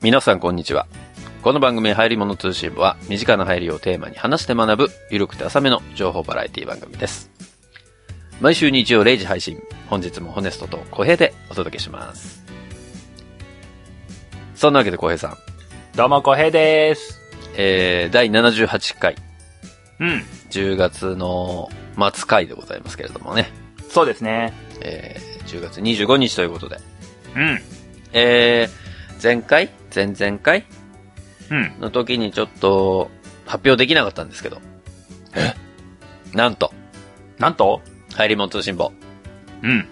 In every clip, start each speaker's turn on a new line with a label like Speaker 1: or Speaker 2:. Speaker 1: 皆さんこんにちは。この番組、入り物通信部は、身近な入りをテーマに話して学ぶ、ゆるくて浅めの情報バラエティ番組です。毎週日曜0時配信、本日もホネストと小平でお届けします。そんなわけで小平さん、
Speaker 2: どうも、こへいです。
Speaker 1: えー、第78回、
Speaker 2: うん。
Speaker 1: 10月の末回でございますけれどもね、
Speaker 2: そうですね。
Speaker 1: えー、10月25日ということで、
Speaker 2: うん。
Speaker 1: えー、前回前々回
Speaker 2: うん。
Speaker 1: の時にちょっと発表できなかったんですけど。なんと、
Speaker 2: なんと
Speaker 1: 入り物通信簿、
Speaker 2: うん。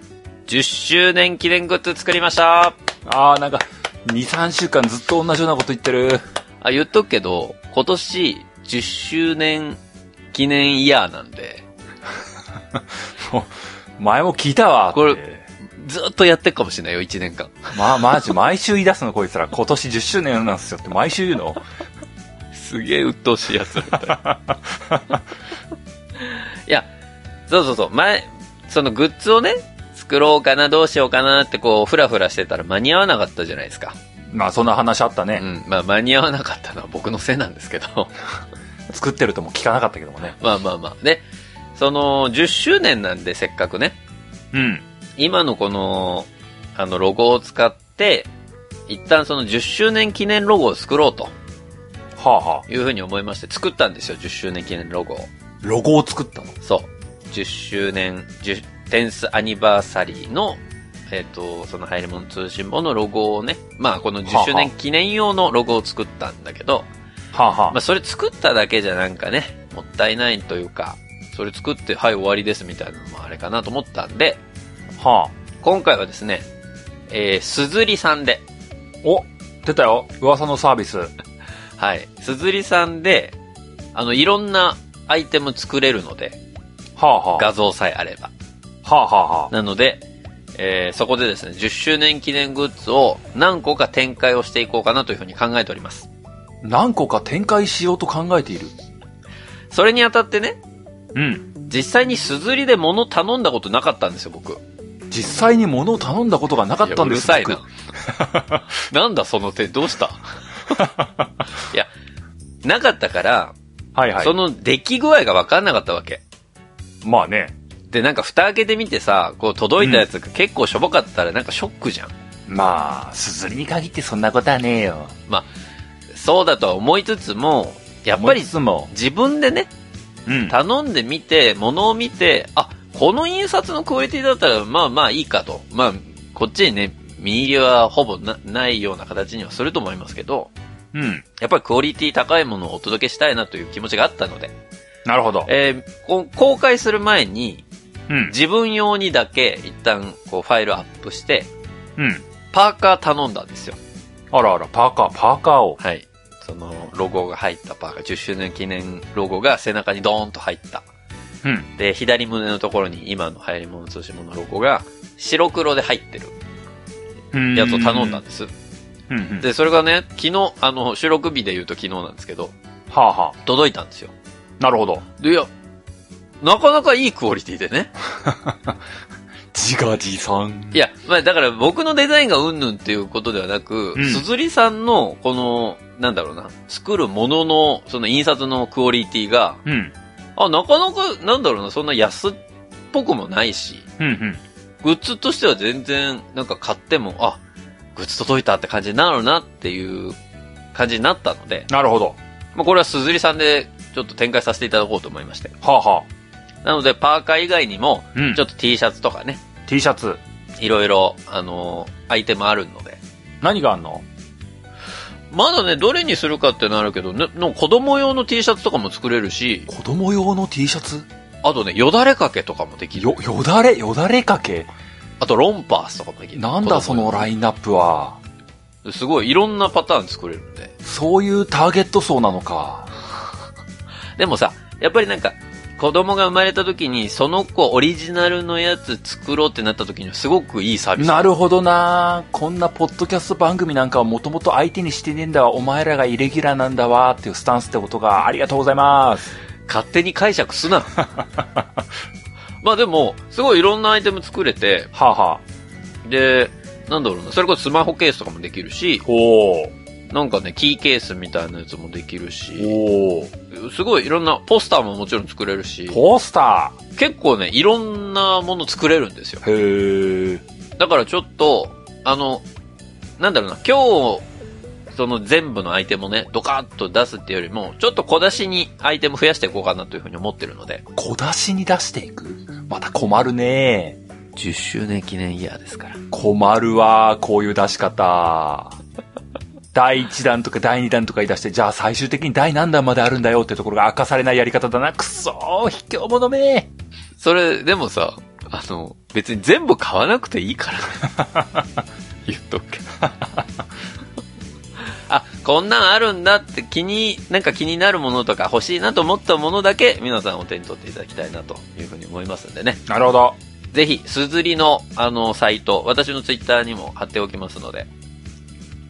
Speaker 1: 10周年記念グッズ作りました
Speaker 2: あー、なんか、2、3週間ずっと同じようなこと言ってる。
Speaker 1: あ、言っとくけど、今年10周年記念イヤーなんで、
Speaker 2: 前も聞いたわ。
Speaker 1: これ。ずっとやってっかもしれないよ、1年間。
Speaker 2: まあ、マジ、毎週言い出すの、こいつら。今年10周年なんすよって毎週言うの。
Speaker 1: すげえ鬱陶しいやつみたいな。いや、そうそうそう、前、そのグッズをね、作ろうかな、どうしようかなってこう、ふらふらしてたら間に合わなかったじゃないですか。
Speaker 2: まあ、そんな話あった
Speaker 1: う
Speaker 2: ね。
Speaker 1: ん、まあ間に合わなかったのは僕のせいなんですけど。
Speaker 2: 作ってるとも聞かなかったけどもね。
Speaker 1: まあまあまあ。で、その、10周年なんでせっかくね、
Speaker 2: うん。
Speaker 1: 今のこの、あの、ロゴを使って、一旦その10周年記念ロゴを作ろうと
Speaker 2: はあはあ。
Speaker 1: いうふうに思いまして、作ったんですよ、10周年記念ロゴを。
Speaker 2: ロゴを作ったの。
Speaker 1: そう。10周年、10、テンスアニバーサリーの、えっ、と、その入り物通信簿のロゴをね、まあこの
Speaker 2: はあ
Speaker 1: 10
Speaker 2: はあ
Speaker 1: 周年記念用のロゴを作ったんだけど、
Speaker 2: はあは
Speaker 1: まあ、それ作っただけじゃなんかね、もったいないというか、それ作って、はい、終わりですみたいなのもあれかなと思ったんで、
Speaker 2: あ。はあ。
Speaker 1: 今回はですね、えー、すずりさんで、
Speaker 2: お出たよ。噂のサービス。
Speaker 1: はい、すずりさんで、あの、いろんなアイテム作れるので、
Speaker 2: はあはあ。
Speaker 1: 画像さえあれば。
Speaker 2: はあはあはあ。
Speaker 1: なので、えー、そこでですね、10周年記念グッズを何個か展開をしていこうかなというふうに考えております。
Speaker 2: 何個か展開しようと考えている。
Speaker 1: それにあたってね、
Speaker 2: うん。
Speaker 1: 実際にすずりで物頼んだことなかったんですよ、僕。
Speaker 2: 実際に物を頼んだことがなかったんです
Speaker 1: いやうるさ いな。なんだその手、どう したいや、なかったから、
Speaker 2: 僕はいはい
Speaker 1: そ。の出来具合が分かんなかったわけ。
Speaker 2: まあね。
Speaker 1: で、なんか蓋開けてみてさ、こう届いたやつが結構しょぼかったらなんかショックじゃん。
Speaker 2: まあ、すずりに限ってそんなことはねえよ。
Speaker 1: そうだとは思いつつも、やっぱり
Speaker 2: いつも。
Speaker 1: 自分でね、
Speaker 2: うん。
Speaker 1: 頼んでみて、物を見て、あ、この印刷のクオリティだったら、まあまあいいかと。まあ、こっちにね、見入りはほぼなないような形にはすると思いますけど、
Speaker 2: うん。
Speaker 1: やっぱりクオリティ高いものをお届けしたいなという気持ちがあったので、
Speaker 2: なるほど。
Speaker 1: えーこ公開する前に、
Speaker 2: うん。
Speaker 1: 自分用にだけ一旦こうファイルアップして、
Speaker 2: うん。
Speaker 1: パーカー頼んだんですよ。
Speaker 2: あらあら、パーカー、パーカーを。
Speaker 1: はい。その、ロゴが入ったパーカー、10周年記念ロゴが背中にドーンと入った。
Speaker 2: うん。
Speaker 1: で、左胸のところに今の流行り物通信物のロゴが白黒で入ってる
Speaker 2: うん
Speaker 1: やつを頼んだん。です。
Speaker 2: うんうん。
Speaker 1: で、それがね、昨日、あの、収録日で言うと昨日なんですけど、
Speaker 2: はあはあ。
Speaker 1: 届いたんですよ。
Speaker 2: なるほど。
Speaker 1: で、いや、なかなかいいクオリティでね。
Speaker 2: 自画自賛
Speaker 1: い。や、まあだから僕のデザインがうんぬんっていうことではなく、
Speaker 2: うん
Speaker 1: すずりさんの、この、なんだろうな、作るものの、その印刷のクオリティが、
Speaker 2: うん。
Speaker 1: あ、なかなか、なんだろうな、そんな安っぽくもないし、
Speaker 2: うんうん。
Speaker 1: グッズとしては全然、なんか買っても、あ、グッズ届いたって感じになるなっていう感じになったので、
Speaker 2: なるほど。
Speaker 1: まあこれはすずりさんで、ちょっと展開させていただこうと思いまして。
Speaker 2: はあは
Speaker 1: なので、パーカー以外にも
Speaker 2: あ。、うん。
Speaker 1: ち
Speaker 2: ち
Speaker 1: ょ
Speaker 2: ょ
Speaker 1: っと T シャツとかね、
Speaker 2: T シャツ。
Speaker 1: いろいろ、あのアイテムあるので、
Speaker 2: 何があんの
Speaker 1: まだね、どれにするかってなるけど、ね、の子供用の T シャツとかも作れるし、
Speaker 2: 子供用の T シャツ
Speaker 1: あとね、よだれかけとかもできる。
Speaker 2: よ、よだれ、よだれかけ
Speaker 1: あと、ロンパースとかもできる。
Speaker 2: なんだそのラ
Speaker 1: イ
Speaker 2: インナップは。
Speaker 1: ン。すごい、いろんなパターン作れるんで。
Speaker 2: そういうターゲット層なのか。
Speaker 1: でもさ、やっぱりなんか、子供が生まれた時に、その子オリジナルのやつ作ろうってなった時には、すごくいいサービス。
Speaker 2: なるほどなこんなポッドキャスト番組なんかはもともと相手にしてねえんだわ、お前らがイレギュラーなんだわっていうスタンスってことがありがとうございます。
Speaker 1: 勝手に解釈す な。まあでも、すごいいろんなアイテム作れて、
Speaker 2: はあ、はあ、
Speaker 1: で、なんだろうな、それこそスマホケースとかもできるし、
Speaker 2: おー。
Speaker 1: なんかね、キーケースみたいなやつもできるし、
Speaker 2: おお。
Speaker 1: すごいいろんな、ポスターももちろん作れるし、
Speaker 2: ポスタ
Speaker 1: 結構ね、いろんなもの作れるんですよ。
Speaker 2: ーへえ。
Speaker 1: だからちょっと、あの、なんだろうな、今日、その全部のアイテムをね、ドカッと出すっていうよりも、ちょっと小出しにアイテム増やしていこうかなというふうに思ってるので、
Speaker 2: 小出しに出していくまた困るね
Speaker 1: 10周年記念イヤーですから。
Speaker 2: 困るわこういう出し 方。第1弾とか第2弾とか言い出して、じゃあ最終的に第何弾まであるんだよってところが明かされないやり方だな。くそー、卑怯者め
Speaker 1: それ、でもさ、あの、別に全部買わなくていいから。言っとくけど。あ、こんなんあるんだって気に、なんか気になるものとか欲しいなと思ったものだけ皆さんお手に取っていただきたいなというふうに思いますんでね。
Speaker 2: なるほど。
Speaker 1: ぜひ、すずりの、あの、サイト、私のツイッターにも貼っておきますので、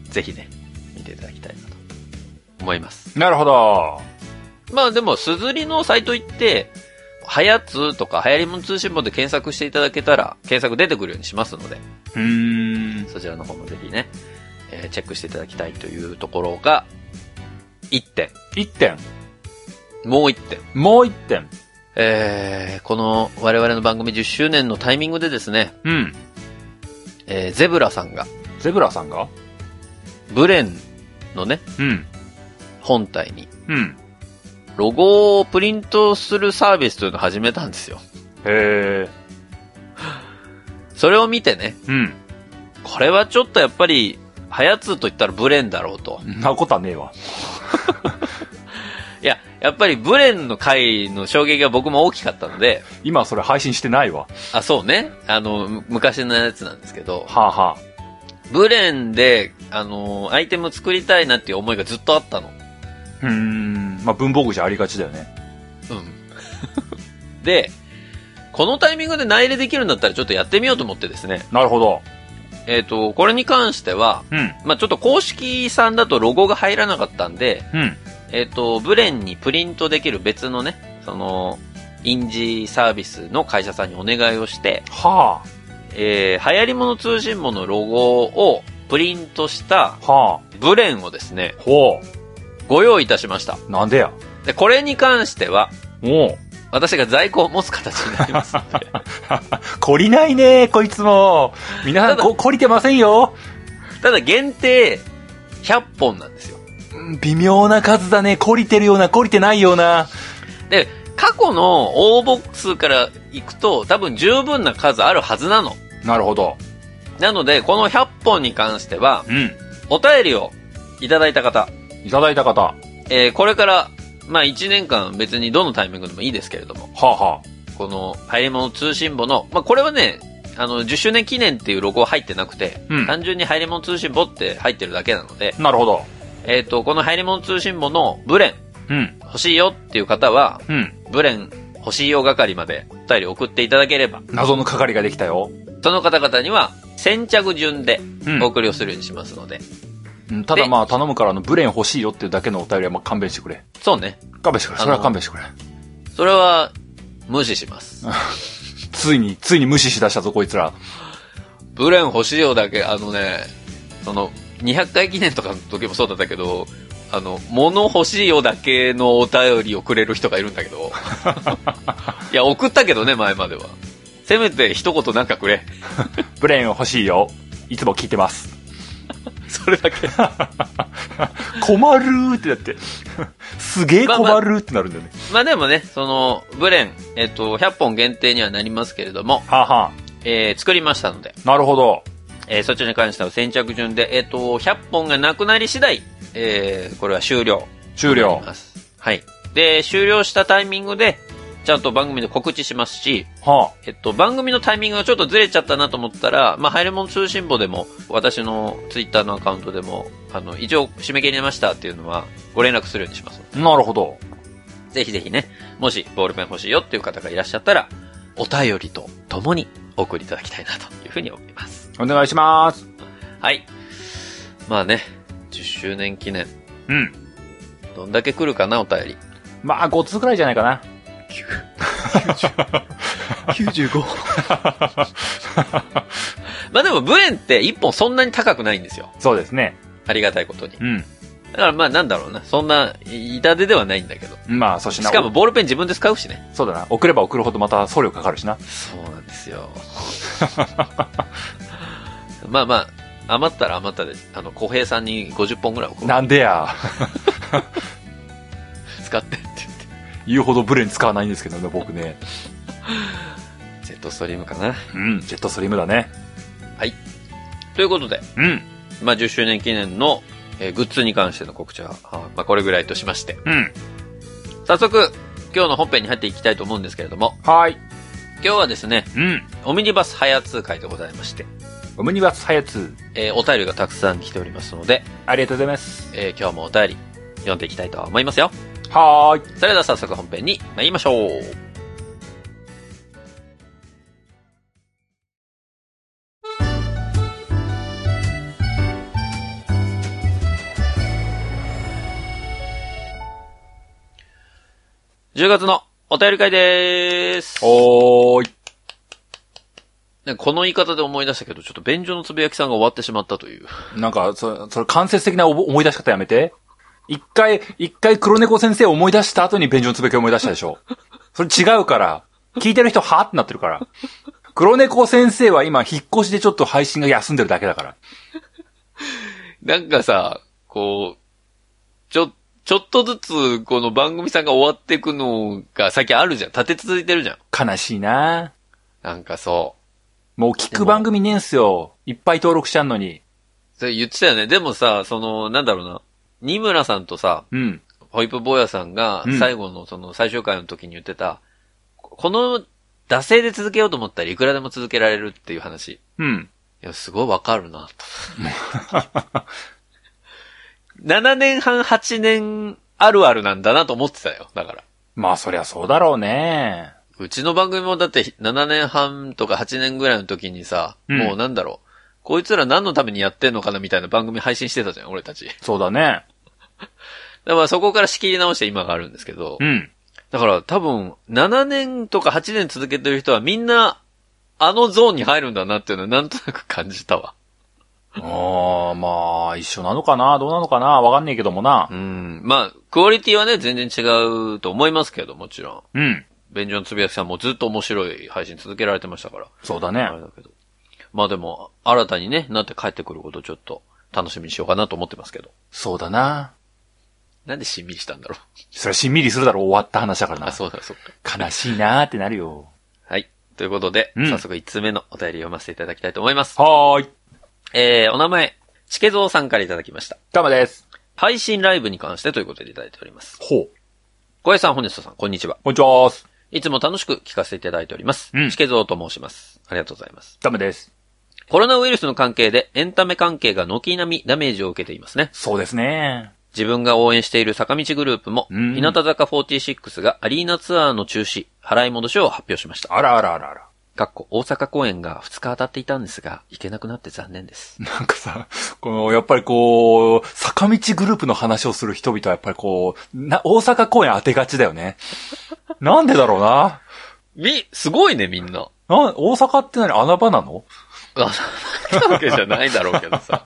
Speaker 1: ぜひね、見ていただきたいなと思います。
Speaker 2: なるほど。
Speaker 1: まあでも、すずりのサイト行って、はやつとか、流行りもん通信簿で検索していただけたら、検索出てくるようにしますので、
Speaker 2: うーん。
Speaker 1: そちらの方もぜひね、えーチェックしていただきたいというところが、1点。
Speaker 2: 1点。
Speaker 1: もう1点。
Speaker 2: もう1点。
Speaker 1: えー、この我々の番組10周年のタイミングでですね、
Speaker 2: うん。
Speaker 1: えー、ゼブラさんが、
Speaker 2: ゼブラさんが
Speaker 1: ブレンのね、
Speaker 2: うん。
Speaker 1: 本体に、
Speaker 2: うん。
Speaker 1: ロゴをプリントするサービスというのを始めたんですよ。
Speaker 2: へえ。
Speaker 1: それを見てね、
Speaker 2: うん。
Speaker 1: これはちょっとやっぱり、はやつと言ったらブレンだろうと。
Speaker 2: んなことはねえわ。
Speaker 1: いや、やっぱりブレンの回の衝撃が僕も大きかったので、
Speaker 2: 今それ配信してないわ。
Speaker 1: あ、そうね。あの、む昔のやつなんですけど、
Speaker 2: はあは
Speaker 1: ブレンで、あの、アイテム作りたいなっていう思いがずっとあったの。
Speaker 2: あ。うーん。まあ、文房具じゃありがちだよね。
Speaker 1: うん。 で、このタイミングで内入れできるんだったらちょっとやってみようと思ってですね。
Speaker 2: なるほど。
Speaker 1: えっ、と、これに関しては、
Speaker 2: うん。
Speaker 1: まあ、ちょっと公式さんだとロゴが入らなかったんで、
Speaker 2: うん。
Speaker 1: えっ、と、ブレンにプリントできる別のね、その、印字サービスの会社さんにお願いをして、
Speaker 2: は
Speaker 1: えー、流行り物通信簿のロゴをプリントした
Speaker 2: あ。は
Speaker 1: ブレンをですね
Speaker 2: あ。、ほ
Speaker 1: ご用意いたしました。
Speaker 2: う。なんでや。
Speaker 1: で、これに関しては、
Speaker 2: おう。
Speaker 1: 私が在庫を持つ形になりますので、
Speaker 2: 懲りないね、こいつも。皆さん、
Speaker 1: ただ
Speaker 2: こ懲りてませんよ。
Speaker 1: ただ限定100本なんですよ。
Speaker 2: うん微妙な数だね。懲りてるような、懲りてないような。
Speaker 1: で、過去の応募数からいくと多分十分な数あるはずなの。
Speaker 2: なるほど。
Speaker 1: なので、この100本に関しては、
Speaker 2: うん。
Speaker 1: お便りをいただいた方、
Speaker 2: いただいた方。は
Speaker 1: えーこれから、まあ1年間別にどのタイミングでもいいですけれども、
Speaker 2: あ、は
Speaker 1: この、流行り物通信簿の、まあ、これはね、あの、10周年記念っていうロゴは入ってなくて、
Speaker 2: うん
Speaker 1: 単純に流行り物通信簿って入ってるだけなので、
Speaker 2: あ、なるほど。
Speaker 1: えっ、と、この流行り物通信簿のブレン
Speaker 2: うん。
Speaker 1: 欲しいよっていう方は、
Speaker 2: うん。
Speaker 1: ブレン欲しいよ係までお便り送っていただければ、
Speaker 2: 謎の係ができたよ。
Speaker 1: その方々には先着順で
Speaker 2: うん
Speaker 1: お送りをするようにしますので、
Speaker 2: うんただ
Speaker 1: で
Speaker 2: まあ、頼むから、あの、ブレン欲しいよっていうだけのお便りは、まあ、勘弁してくれ。
Speaker 1: そうね。
Speaker 2: 勘弁してくれ。それ
Speaker 1: あ
Speaker 2: は
Speaker 1: の
Speaker 2: 勘弁してくれ。
Speaker 1: それは、無視します。
Speaker 2: ついに、ついに無視しだしたぞ、こいつら。
Speaker 1: ブレン欲しいよだけ、あのね、その、200回記念とかの時もそうだったけど、あの、物欲しいよだけのお便りをくれる人がいるんだけ ど。いや、送ったけどね、前までは。せめて一言なんかくれ。
Speaker 2: ブレン欲しいよ。いつも聞いて ます。
Speaker 1: それだけ。
Speaker 2: 困るーってなって。すげえ
Speaker 1: まあまあ
Speaker 2: 困るーってなるんだよね。
Speaker 1: まあでもね、その、ブレン、えっと、100本限定にはなりますけれども、
Speaker 2: はあ、はあ、
Speaker 1: えー作りましたので、
Speaker 2: なるほど。
Speaker 1: えーそちらに関しては先着順で、えっと、100本がなくなり次第、えーこれは終了。
Speaker 2: 終了。
Speaker 1: はい。で、終了したタイミングで、ちゃんと番組で告知しますし、
Speaker 2: は
Speaker 1: えっと、番組のタイミングがちょっとずれちゃったなと思ったら、まあ、ハイレモン通信簿でも、私のツイッターのアカウントでも、あの、一応締め切りましたっていうのは、ご連絡するようにします。
Speaker 2: あ、なるほど。
Speaker 1: ぜひぜひね、もしボールペン欲しいよっていう方がいらっしゃったら、お便りと共にお送りいただきたいなというふうに思います。
Speaker 2: お願いします。
Speaker 1: はい。まあね、10周年記念、
Speaker 2: うん。
Speaker 1: どんだけ来るかな、お便り。
Speaker 2: まあ、5通くらいじゃないか な。
Speaker 1: 95。まあでも、ブレンって1本そんなに高くないんですよ。
Speaker 2: そうですね。
Speaker 1: ありがたいことに。
Speaker 2: うん。
Speaker 1: だからまあなんだろうな。そんな、痛手ではないんだけど。
Speaker 2: まあ、そし
Speaker 1: し
Speaker 2: な。
Speaker 1: かもボールペン自分で使うしね。
Speaker 2: おそうだな。送れば送るほどまた送料かかるしな。
Speaker 1: そうなんですよ。 まあまあ、余ったら余ったで、あの、小平さんに50本ぐらい送る
Speaker 2: なんでや。
Speaker 1: 使ってって言って。
Speaker 2: 言うほどブレに使わないんですけどね、僕ね。
Speaker 1: ジェットストリームかな。
Speaker 2: うん。ジェットストリームだね。
Speaker 1: ということで、
Speaker 2: うん。
Speaker 1: まあ10周年記念の、えーグッズに関しての告知は、あまあこれぐらいとしまして。
Speaker 2: うん。
Speaker 1: 早速、今日の本編に入っていきたいと思うんですけれども、
Speaker 2: はい。
Speaker 1: 今日はですね、
Speaker 2: うん。
Speaker 1: オムニバス早通会でございまして、
Speaker 2: オムニバスハヤツ。
Speaker 1: えーお便りがたくさん来ておりますので、
Speaker 2: ありがとうございます。
Speaker 1: えー今日もお便り読んでいきたいと思いますよ。
Speaker 2: はーい。
Speaker 1: それでは早速本編に参りましょう。10月のお便り会でーす。
Speaker 2: おーい。
Speaker 1: ねこの言い方で思い出したけど、ちょっと便所のつぶやきさんが終わってしまったという。
Speaker 2: なんか、そそれ間接的なおぼ思い出し方やめて。一回、一回黒猫先生を思い出した後に便所のつぶやきを思い出したでしょ。それ違うから。聞いてる人はってなってるから。黒猫先生は今、引っ越しでちょっと配信が休んでるだけだから。
Speaker 1: なんかさ、こう、ちょ、ちょっとずつ、この番組さんが終わっていくのが最近あるじゃん。立て続いてるじゃん。
Speaker 2: 悲しいな
Speaker 1: なんかそ
Speaker 2: もう聞く番組ねえんすよ。いっぱい登録しちゃうのに。
Speaker 1: う。それ言ってたよね。でもさ、その、なんだろうな。二村さんとさ、
Speaker 2: うん。
Speaker 1: ホイップ坊やさんが
Speaker 2: うん、
Speaker 1: 最後のその最終回の時に言ってた、この、惰性で続けようと思ったらいくらでも続けられるっていう話。い
Speaker 2: うん。
Speaker 1: や、すごいわかる な、と。7年半、8年あるあるなんだなと思ってたよ。だから。
Speaker 2: まあ、そりゃそうだろうね。
Speaker 1: うちの番組もだって7年半とか8年ぐらいの時にさ、
Speaker 2: うん
Speaker 1: もうなんだろう。こいつら何のためにやってんのかなみたいな番組配信してたじゃん、俺たち。
Speaker 2: そうだね。
Speaker 1: だからそこから仕切り直して今があるんですけど、
Speaker 2: うん。
Speaker 1: だから多分7年とか8年続けてる人はみんなあのゾーンに入るんだなっていうのはなんとなく感じたわ。
Speaker 2: ああ、まあ、一緒なのかなどうなのかなわかんねえけどもな
Speaker 1: う。ん。まあ、クオリティはね、全然違うと思いますけど、もちろん。
Speaker 2: うん。
Speaker 1: 便所のつぶやきさんもずっと面白い配信続けられてましたから。
Speaker 2: そうだね
Speaker 1: あ。れだけど。まあでも、新たにね、なって帰ってくることをちょっと楽しみにしようかなと思ってますけど。
Speaker 2: そうだな。
Speaker 1: なんでしんみりしたんだろう。
Speaker 2: それはしんみりするだろう、終わった話だから
Speaker 1: あ、
Speaker 2: な。
Speaker 1: そうだ、そうか。
Speaker 2: 悲しいなーってなるよ。
Speaker 1: はい。ということで、
Speaker 2: うん
Speaker 1: 早速1通目のお便り読ませていただきたいと思います。
Speaker 2: はーい。
Speaker 1: えー、お名前、チケゾウさんからいただきました。
Speaker 2: どうもです。
Speaker 1: 配信ライブに関してということでいただいております。
Speaker 2: ほう。
Speaker 1: 小江さん、ホネストさん、こんにちは。
Speaker 2: こんにちはーす。
Speaker 1: いつも楽しく聞かせていただいております。
Speaker 2: うん
Speaker 1: チケゾウと申します。ありがとうございます。
Speaker 2: ダメです。
Speaker 1: コロナウイルスの関係でエンタメ関係が軒並みダメージを受けていますね。
Speaker 2: そうですね。
Speaker 1: 自分が応援している坂道グループも、
Speaker 2: うん
Speaker 1: 日向坂46がアリーナツアーの中止、払い戻しを発表しました。
Speaker 2: あらあらあらあら。
Speaker 1: かっこ大阪公演が2日当たっていたんですが、行けなくなって残念です。
Speaker 2: なんかさ、この、やっぱりこう、坂道グループの話をする人々はやっぱりこう、な、大阪公演当てがちだ よね。なんでだろうな。
Speaker 1: み、すごいね、みんな。
Speaker 2: な、大阪って何穴場なの
Speaker 1: あ、そんなわけじゃないだろうけど さ。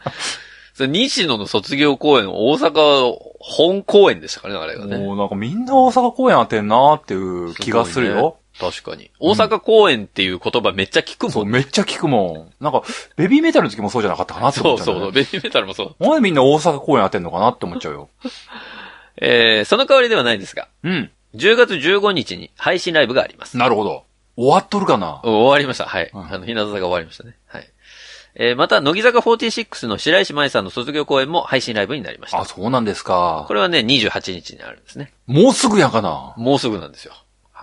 Speaker 1: それ西野の卒業公演、大阪本公演でしたからね、あれがね。
Speaker 2: もうなんかみんな大阪公演当てんなーっていう気がするよ。
Speaker 1: すごいね。確かに。大阪公演っていう言葉めっちゃ聞く
Speaker 2: そ
Speaker 1: も
Speaker 2: う、
Speaker 1: ん。
Speaker 2: めっちゃ聞くもん。なんか、ベビーメタルの時もそうじゃなかったかなって
Speaker 1: そ
Speaker 2: 思
Speaker 1: う
Speaker 2: っちゃう、
Speaker 1: そ
Speaker 2: ね。
Speaker 1: うそう。ベビーメタルもそう。
Speaker 2: なんでみんな大阪公演当てんのかなって思っちゃうよ。
Speaker 1: えー、その代わりではないですが、
Speaker 2: うん。
Speaker 1: 10月15日に配信ライブがあります。
Speaker 2: なるほど。終わっとるかな
Speaker 1: お終わりました。はい。
Speaker 2: うん
Speaker 1: あの、日向坂終わりましたね。はい。えー、また、乃木坂46の白石麻衣さんの卒業公演も配信ライブになりました
Speaker 2: あ、。そうなんですか
Speaker 1: こ。れはね、28日にあるんですね。
Speaker 2: もうすぐやんかな
Speaker 1: もうすぐなんですよ。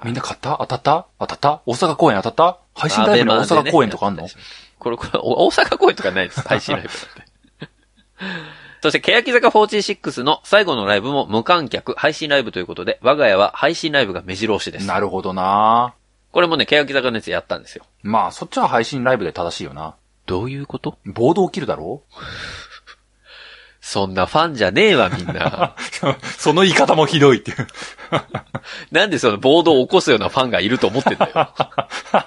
Speaker 2: みんな買った当たった当たった大阪公演当たった配信ライブに大阪公演とかあんの、
Speaker 1: これ、これ、お大阪公演とか ないです。配信ライブなんて。そして、欅坂46の最後のライブも無観客、配信ライブということで、我が家は配信ライブが目白押しです。
Speaker 2: なるほどな
Speaker 1: これもね、欅坂のやつやったんですよ。
Speaker 2: まあ、そっちは配信ライブで正しいよな。
Speaker 1: どういうこと
Speaker 2: 暴動起きるだろ
Speaker 1: そんなファンじゃねえわ、みんな。
Speaker 2: その言い方もひどいっていう。
Speaker 1: なんでその暴動を起こすようなファンがいると思ってんだよ。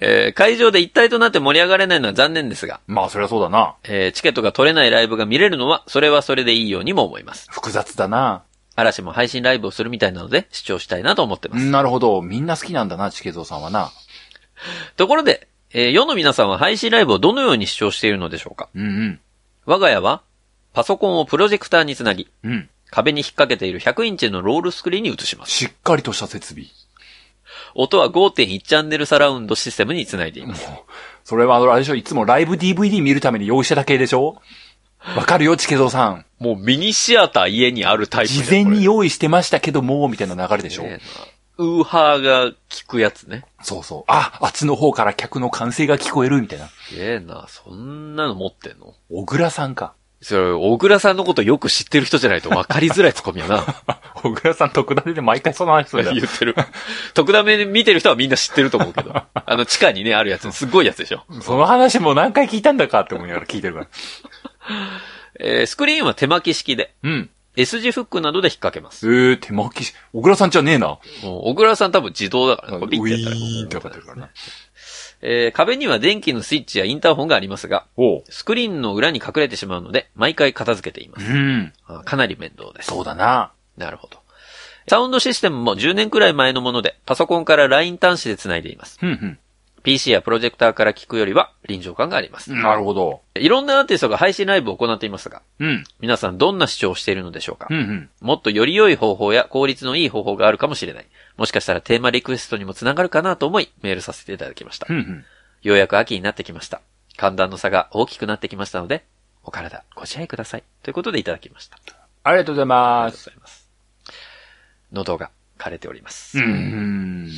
Speaker 1: えー会場で一体となって盛り上がれないのは残念ですが、
Speaker 2: まあ、そりゃそうだな。
Speaker 1: えーチケットが取れないライブが見れるのは、それはそれでいいようにも思います。
Speaker 2: 複雑だな。
Speaker 1: 嵐も配信ライブをするみたいなので、視聴したいなと思ってます。
Speaker 2: なるほど。みんな好きなんだな、チケゾウさんはな。
Speaker 1: ところで、えー世の皆さんは配信ライブをどのように視聴しているのでしょうか
Speaker 2: うん
Speaker 1: 我が家は、パソコンをプロジェクターにつなぎ、
Speaker 2: うん。うん。
Speaker 1: 壁に引っ掛けている100インチのロールスクリーンに映します。
Speaker 2: しっかりとした設備。
Speaker 1: 音は5.1チャンネルサラウンドシステムにつないでいます。
Speaker 2: それは、あのあれでしょ、いつもライブ DVD 見るために用意してた系でしょわかるよ、チケゾウさん。
Speaker 1: もうミニシアター家にあるタイプだ
Speaker 2: 事前に
Speaker 1: こ
Speaker 2: 用意してましたけども、みたいな流れ
Speaker 1: れ
Speaker 2: でしょ。
Speaker 1: ねえなウーハーが聞くやつね。
Speaker 2: そうそう。あ、あっちの方から客の歓声が聞こえる、みたいな。
Speaker 1: すげえな、そんなの持ってんの
Speaker 2: 小倉さんか。
Speaker 1: それ、小倉さんのことよく知ってる人じゃないと分かりづらいツッコミやな。
Speaker 2: 小倉さん、特ダネで毎回その話す
Speaker 1: 言ってる。特ダメ見てる人はみんな知ってると思う けど。あの、地下にね、あるやつ、すっごいやつでしょ。
Speaker 2: その話もう何回聞いたんだかって思いながら聞いてるから。
Speaker 1: えースクリーンは手巻き式で、
Speaker 2: うん。
Speaker 1: S 字フックなどで引っ掛けま
Speaker 2: え
Speaker 1: す。
Speaker 2: ー、手巻きし、小倉さんじゃねえな。
Speaker 1: もう小倉さん多分自動だからね。これビッ
Speaker 2: ウ
Speaker 1: て
Speaker 2: ィ
Speaker 1: やったら
Speaker 2: ーンって上がってるからな。
Speaker 1: えー壁には電気のスイッチやインターホンがありますが、
Speaker 2: おう。
Speaker 1: スクリーンの裏に隠れてしまうので、毎回片付けていま
Speaker 2: う
Speaker 1: す。
Speaker 2: ん。
Speaker 1: あーかなり面倒です。
Speaker 2: そうだな。
Speaker 1: なるほど。サウンドシステムも10年くらい前のもので、パソコンから LINE 端子で繋いでいます。
Speaker 2: ふんふ
Speaker 1: PC やプロジェクターから聞くよりは臨場感があります。
Speaker 2: ん。なるほど。
Speaker 1: いろんなアーティストが配信ライブを行っていますが、
Speaker 2: うん。
Speaker 1: 皆さんどんな視聴をしているのでしょうか
Speaker 2: ふんふん。
Speaker 1: もっとより良い方法や効率の良い方法があるかもしれない。もしかしたらテーマリクエストにもつながるかなと思いメールさせていただきました。
Speaker 2: ふんふん。
Speaker 1: ようやく秋になってきました。寒暖の差が大きくなってきましたので、お体ご自愛ください。ということでいただきました。あり
Speaker 2: ありがとうござい
Speaker 1: が
Speaker 2: ま
Speaker 1: とう
Speaker 2: す。
Speaker 1: ございます。喉が枯れております。
Speaker 2: ん。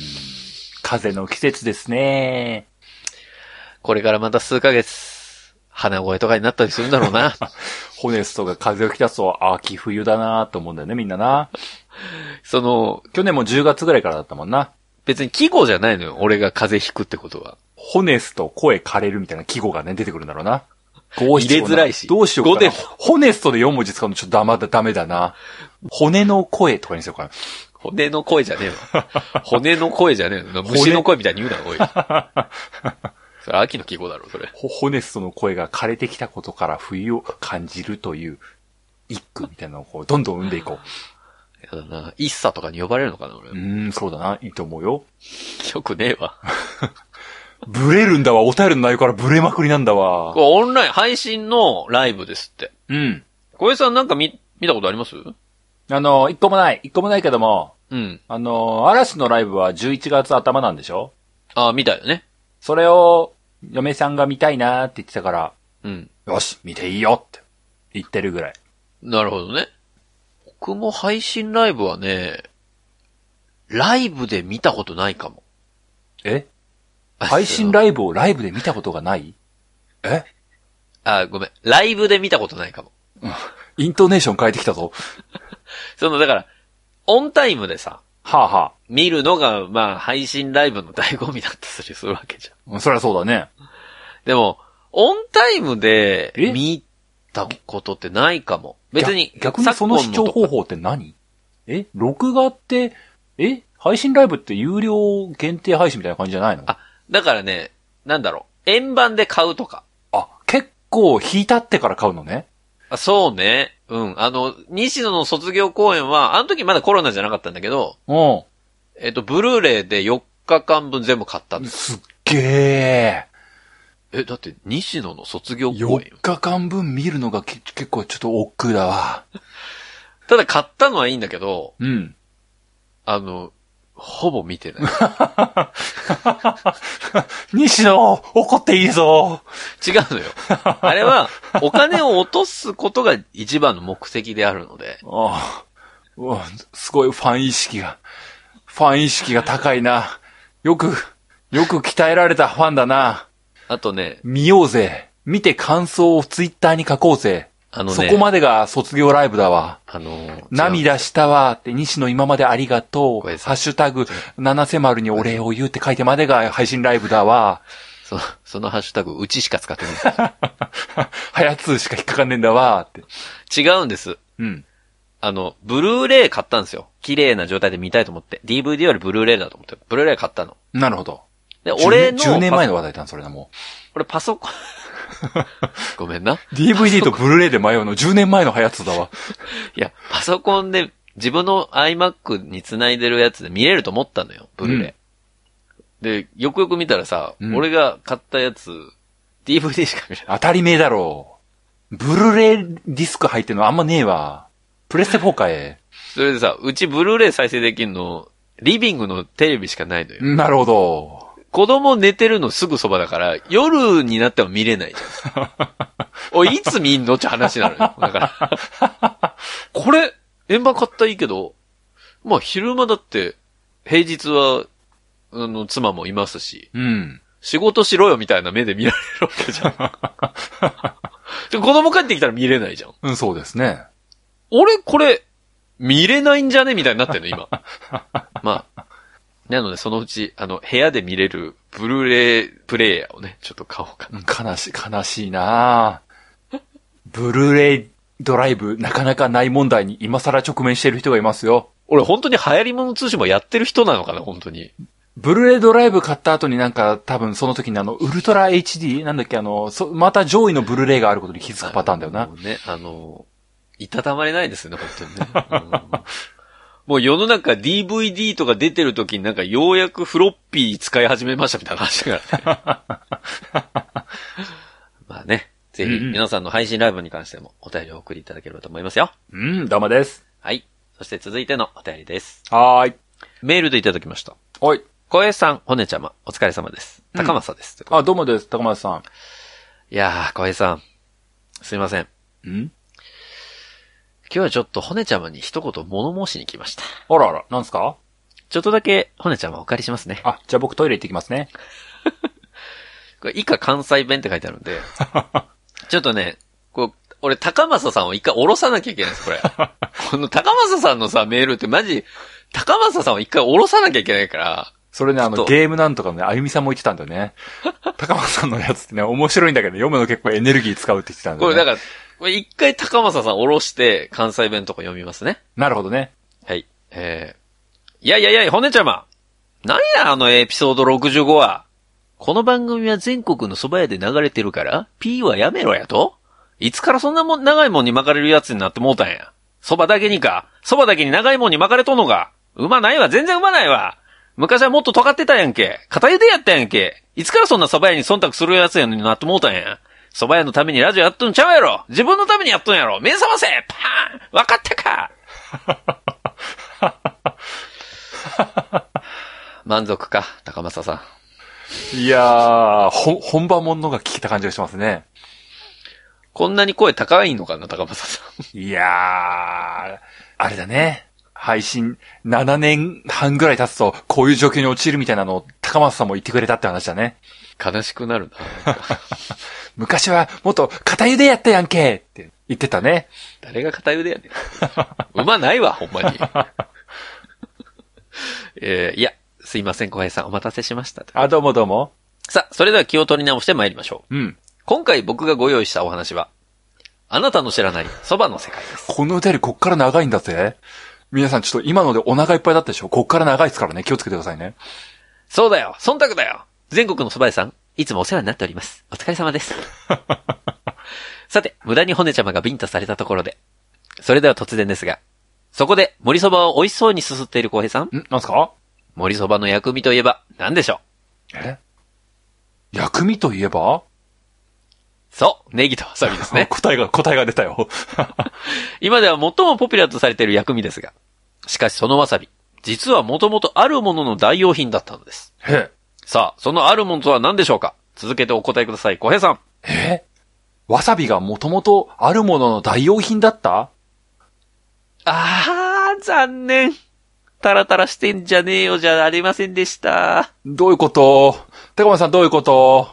Speaker 2: 風邪の季節ですね。
Speaker 1: これからまた数ヶ月、鼻声とかになったりするんだろう な。
Speaker 2: ホネストが風邪をきたすと秋冬だなと思うんだよね、みんなな。
Speaker 1: その、
Speaker 2: 去年も10月ぐらいからだったもんな。
Speaker 1: 別に季語じゃないのよ。俺が風邪ひくってことは。
Speaker 2: ホネスト、声枯れるみたいな季語がね、出てくるんだろうな。入
Speaker 1: 入れづらいし
Speaker 2: どうしようか
Speaker 1: 語で
Speaker 2: な。ホネストで4文字使うのちょっとダメだ、ダメだな。骨の声とかにしようかな。
Speaker 1: 骨の声じゃねえわ。 骨の声じゃねえの。虫の声みたいに言うな、おい。それ秋の季語だろ、それ。
Speaker 2: ホホネストの声が枯れてきたことから冬を感じるという一句みたいなのをこうどんどん生んでいこ
Speaker 1: やだな。一茶とかに呼ばれるのかな、俺
Speaker 2: う。う。ーん、そうだな。いいと思うよ。
Speaker 1: よくねえわ。
Speaker 2: ブレるんだわ。お便りの内容からブレまくりなんだ
Speaker 1: こ
Speaker 2: わ。
Speaker 1: れオンライン、配信のライブですって。
Speaker 2: うん。
Speaker 1: 小江さんなんか見、見たことあります
Speaker 2: あの、一個もない。一個もないけども、
Speaker 1: うん。
Speaker 2: あの、嵐のライブは11月頭なんでしょ
Speaker 1: ああ、見たよね。
Speaker 2: それを、嫁さんが見たいなーって言ってたから、
Speaker 1: うん。
Speaker 2: よし、見ていいよって言ってるぐらい。
Speaker 1: なるほどね。僕も配信ライブはね、ライブで見たことないかも。
Speaker 2: え配信ライブをライブで見たことがないえ
Speaker 1: あ、ごめん。ライブで見たことないかも。
Speaker 2: イントネーション変えてきたぞ。
Speaker 1: その、だから、オンタイムでさ、
Speaker 2: はあは
Speaker 1: 見るのが、まあ、配信ライブの醍醐味だったりするわけじゃん。
Speaker 2: あうん。そりゃそうだね。
Speaker 1: でも、オンタイムで
Speaker 2: え
Speaker 1: 見たことってないかも。別に、
Speaker 2: 逆にその視聴方
Speaker 1: 昨今とか。
Speaker 2: 法って何え録画って、え配信ライブって有料限定配信みたいな感じじゃないの
Speaker 1: あ、だからね、なんだろう、円盤で買うとか。
Speaker 2: あ、結構引いたってから買うのね。
Speaker 1: あそうね。うん。あの、西野の卒業公演は、あの時まだコロナじゃなかったんだけど、
Speaker 2: う
Speaker 1: えっと、ブルーレイで4日間分全部買ったん
Speaker 2: ん。
Speaker 1: です。
Speaker 2: すっげえ。
Speaker 1: え、だって、西野の卒業公演
Speaker 2: 4。日間分見るのがけ結構ちょっと億劫だわ。
Speaker 1: ただ買ったのはいいんだけど、
Speaker 2: うん。
Speaker 1: あの、ほぼ見てない。
Speaker 2: 西野、怒っていいぞ。
Speaker 1: 違うのよ。あれは、お金を落とすことが一番の目的であるので、
Speaker 2: ああうわすごいファン意識が、ファン意識が高いな。よく、よく鍛えられたファンだな。
Speaker 1: あとね、
Speaker 2: 見ようぜ。見て感想をツイッターに書こうぜ。
Speaker 1: あのね、
Speaker 2: そこまでが卒業ライブだわ。
Speaker 1: あの、違う。
Speaker 2: 涙したわって、西野今までありがと
Speaker 1: ご
Speaker 2: う。
Speaker 1: めんな
Speaker 2: ハ
Speaker 1: さい
Speaker 2: ッシュタグ、7ルにお礼を言うって書いてまでが配信ライブだわ。
Speaker 1: そ の、そのハッシュタグ、うちしか使ってな
Speaker 2: はやつーしか引っかかんねえんだわって。
Speaker 1: い。違うんです。
Speaker 2: うん。
Speaker 1: あの、ブルーレイ買ったんですよ。綺麗な状態で見たいと思って。DVD よりブルーレイだと思って。ブルーレイ買ったの。
Speaker 2: なるほど。
Speaker 1: で、俺の、
Speaker 2: 10年前の話題だな、それな、も
Speaker 1: 俺パソコン、 ごめんな。
Speaker 2: う。DVD とブルーレイで迷うの、10年前の流行つだわ。
Speaker 1: いや、パソコンで自分の iMac に繋いでるやつで見れると思ったのよ、ブルーレイ。で、よくよく見たらさ、
Speaker 2: うん
Speaker 1: 俺が買ったやつ、DVD しか見れない。
Speaker 2: 当たり前だろう。ブルーレイディスク入ってんのあんまねえわ。プレステ4かえ。
Speaker 1: それでさ、うちブルーレイ再生できんの、リビングのテレビしかないのよ。
Speaker 2: なるほど。
Speaker 1: 子供寝てるのすぐそばだから、夜になっても見れないじゃん。おい、いつ見んのって話なのよ。だから。これ、円盤買ったらいいけど、まあ昼間だって、平日は、あの、妻もいますし、
Speaker 2: うん。
Speaker 1: 仕事しろよみたいな目で見られるわけじゃん。で子供帰ってきたら見れないじゃん。
Speaker 2: うん、そうですね。
Speaker 1: 俺、これ、見れないんじゃねみたいになってるの、今。まあ。なので、そのうち、あの、部屋で見れる、ブルーレイプレイヤーをね、ちょっと買おうかな。
Speaker 2: うん悲しい、悲しいなぁブルーレイドライブ、なかなかない問題に今更直面している人がいますよ。
Speaker 1: 俺、本当に流行り物通信もやってる人なのかな、本当に。
Speaker 2: ブルーレイドライブ買った後になんか多分その時にあの、ウルトラ HD? なんだっけあの、そまた上位のブルーレイがあることに気づくパターンだよな
Speaker 1: も。うね、あの、いたたまれないですね、本当にね。うんもう世の中 DVD とか出てる時になんかようやくフロッピー使い始めましたみたいな話 があるね。まあね、ぜひ皆さんの配信ライブに関してもお便りをお送りいただければと思いますよ。
Speaker 2: うん、どうもです。
Speaker 1: はい。そして続いてのお便りです。
Speaker 2: はーい。
Speaker 1: メールでいただきました。
Speaker 2: おい。
Speaker 1: 小江さん、ほねちゃま、お疲れ様です。
Speaker 2: うん
Speaker 1: 高政です。
Speaker 2: あ、どうもです。高松さ
Speaker 1: いやー、小江さん。すいません。
Speaker 2: ん。うん
Speaker 1: 今日はちょっとほねちゃまに一言物申しに来ました。
Speaker 2: あらあら、なんすか
Speaker 1: ちょっとだけ、ほねちゃまお借りしますね。
Speaker 2: あ、じゃあ僕トイレ行ってきますね。
Speaker 1: これ以下関西弁って書いてあるんで。ちょっとね、こう、俺、高政さんを一回下ろさなきゃいけないんです、これ。この高政さんのさ、メールってマジ、高政さんを一回下ろさなきゃいけないから、
Speaker 2: それね、あ
Speaker 1: ちょ
Speaker 2: の、
Speaker 1: っと
Speaker 2: ゲームなんとかのね、あゆみさんも言ってたんだ よね。高松さんのやつってね、面白いんだけど、読むの結構エネルギー使うって言ってたんだ
Speaker 1: こ
Speaker 2: よ
Speaker 1: れ
Speaker 2: ね。
Speaker 1: だから、これ一回高政さん下ろして、関西弁とか読みますね。
Speaker 2: なるほどね。
Speaker 1: はい。えー、いやいやいや、骨ちゃま。なんや、あのエピソード65は。この番組は全国の蕎麦屋で流れてるから、P はやめろやといつからそんなもん、長いもんに巻かれるやつになってもうたんや。蕎麦だけにか。蕎麦だけに長いもんに巻かれとんのか。うまないわ、全然うまないわ。昔はもっと尖ってたやんけ。片茹でやったやんけ。いつからそんな蕎麦屋に忖度するやつやのになってもうたんや。蕎麦屋のためにラジオやっとんちゃうやろ。自分のためにやっとんやろ。目覚ませパーンわかったか満足か、高政さん。
Speaker 2: いやー、ほ、本場もんのが聞けた感じがしますね。
Speaker 1: こんなに声高いのかな、高政さん。
Speaker 2: いやー、あれだね。配信7年半ぐらい経つと、こういう状況に陥るみたいなのを高松さんも言ってくれたって話だね。
Speaker 1: 悲しくなるな。
Speaker 2: 昔はもっと片茹でやったやんけって言ってたね。
Speaker 1: 誰が片腕やねん。馬ないわ、ほんまに。 えーいや、すいません、小平さん、お待たせしました。
Speaker 2: あ、どうもどうも。
Speaker 1: さあ、それでは気を取り直して参りましょう。
Speaker 2: うん。
Speaker 1: 今回僕がご用意したお話は、あなたの知らない蕎麦の世界です。
Speaker 2: この歌よりこっから長いんだぜ。皆さんちょっと今のでお腹いっぱいだったでしょこっから長いですからね。気をつけてくださいね。
Speaker 1: そうだよ忖度だよ全国の蕎麦屋さん、いつもお世話になっております。お疲れ様です。 さて、無駄に骨ちゃまがビンタされたところで。それでは突然ですが、そこで森蕎麦を美味しそうにすすっている浩平さん、
Speaker 2: んなんすか
Speaker 1: 森蕎麦の薬味といえば何でしょう
Speaker 2: え薬味といえば。
Speaker 1: そう、ネギとわさびですね
Speaker 2: 答えが、答えが出たよ。
Speaker 1: 今では最もポピュラーとされている薬味ですが、しかしそのわさび、実はもともとあるものの代用品だったのです。
Speaker 2: え
Speaker 1: さあ、そのあるものとは何でしょうか続けてお答えください、小平さん。
Speaker 2: えわさびがもともとあるものの代用品だった
Speaker 1: あー、残念。タラタラしてんじゃねえよじゃありませんでした。
Speaker 2: どういうこと高松さんどういうこと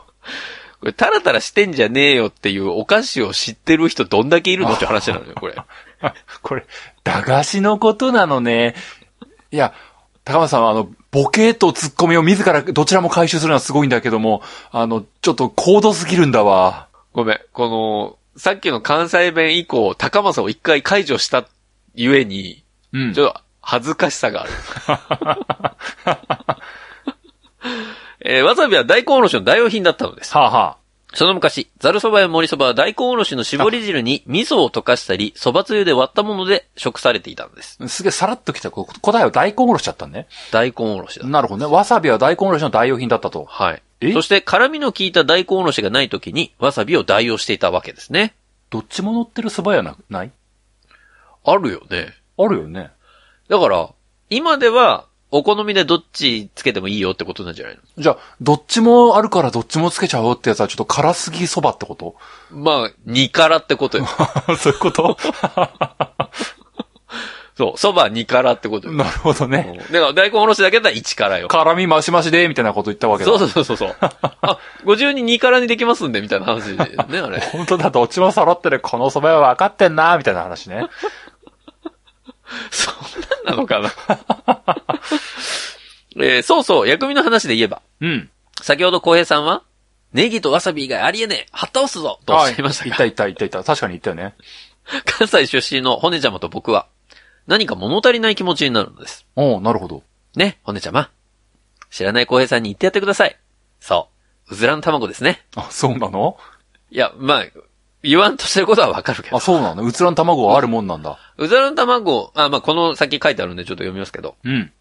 Speaker 1: これ、タラタラしてんじゃねえよっていうお菓子を知ってる人どんだけいるのって話なのよ、これ。
Speaker 2: これ、駄菓子のことなのね。いや、高松さんはあの、ボケとツッコミを自らどちらも回収するのはすごいんだけども、あの、ちょっと高度すぎるんだわ。
Speaker 1: ごめん、この、さっきの関西弁以降、高政を一回解除したゆえに、
Speaker 2: うん
Speaker 1: ちょっと恥ずかしさがある。えーわさびは大根おろしの代用品だったのです。
Speaker 2: はあ、は
Speaker 1: その昔、ざるそばや盛りそばは大根おろしの絞り汁に味噌を溶かしたり、そばつゆで割ったもので食されていたのです。
Speaker 2: あ、すげえさらっときた。こ答えは大根おろしちゃったんね。
Speaker 1: 大根おろしだ。
Speaker 2: なるほどね。わさびは大根おろしの代用品だったと。
Speaker 1: はい
Speaker 2: え。
Speaker 1: そして、辛味の効いた大根おろしがない時に、わさびを代用していたわけですね。
Speaker 2: どっちも乗ってるそばやなない
Speaker 1: あるよね。
Speaker 2: あるよね。
Speaker 1: だから、今では、お好みでどっちつけてもいいよってことなんじゃないの
Speaker 2: じゃあ、どっちもあるからどっちもつけちゃおうってやつはちょっと辛すぎそばってこと
Speaker 1: まあ、煮辛ってことよ。
Speaker 2: そういうこと
Speaker 1: そう、そば煮辛ってことよ。
Speaker 2: なるほど
Speaker 1: うん
Speaker 2: ね。
Speaker 1: だから、大根おろしだけだったら1辛よ。
Speaker 2: 辛味マシマシで、みたいなこと言ったわけだ。
Speaker 1: そうそうそうそう。あ、50人2辛にできますんで、みたいな話でね、あれ。
Speaker 2: 本当だ、どっちも揃ってる、このそば屋は分かってんな、みたいな話ね。
Speaker 1: そんなんなのかな えーそうそう、薬味の話で言えば、
Speaker 2: うん。
Speaker 1: 先ほど浩平さんは、ネギとわさび以外ありえねえはったおすぞとおっしゃいました
Speaker 2: い
Speaker 1: が、
Speaker 2: たいたいたいた。確かに言ったよね。
Speaker 1: 関西出身の骨ちゃまと僕は、何か物足りない気持ちになるのです。
Speaker 2: おうなるほど。
Speaker 1: ね、骨ちゃま。知らない浩平さんに言ってやってください。そう。うずらの卵ですね。
Speaker 2: あ、そうなの
Speaker 1: いや、まあ、言わんとしてることはわかるけど
Speaker 2: あ、。そうなのうつらの卵はあるもんなんだ。
Speaker 1: うずらの卵、あ、まあ、この先書いてあるんでちょっと読みますけど、
Speaker 2: うん。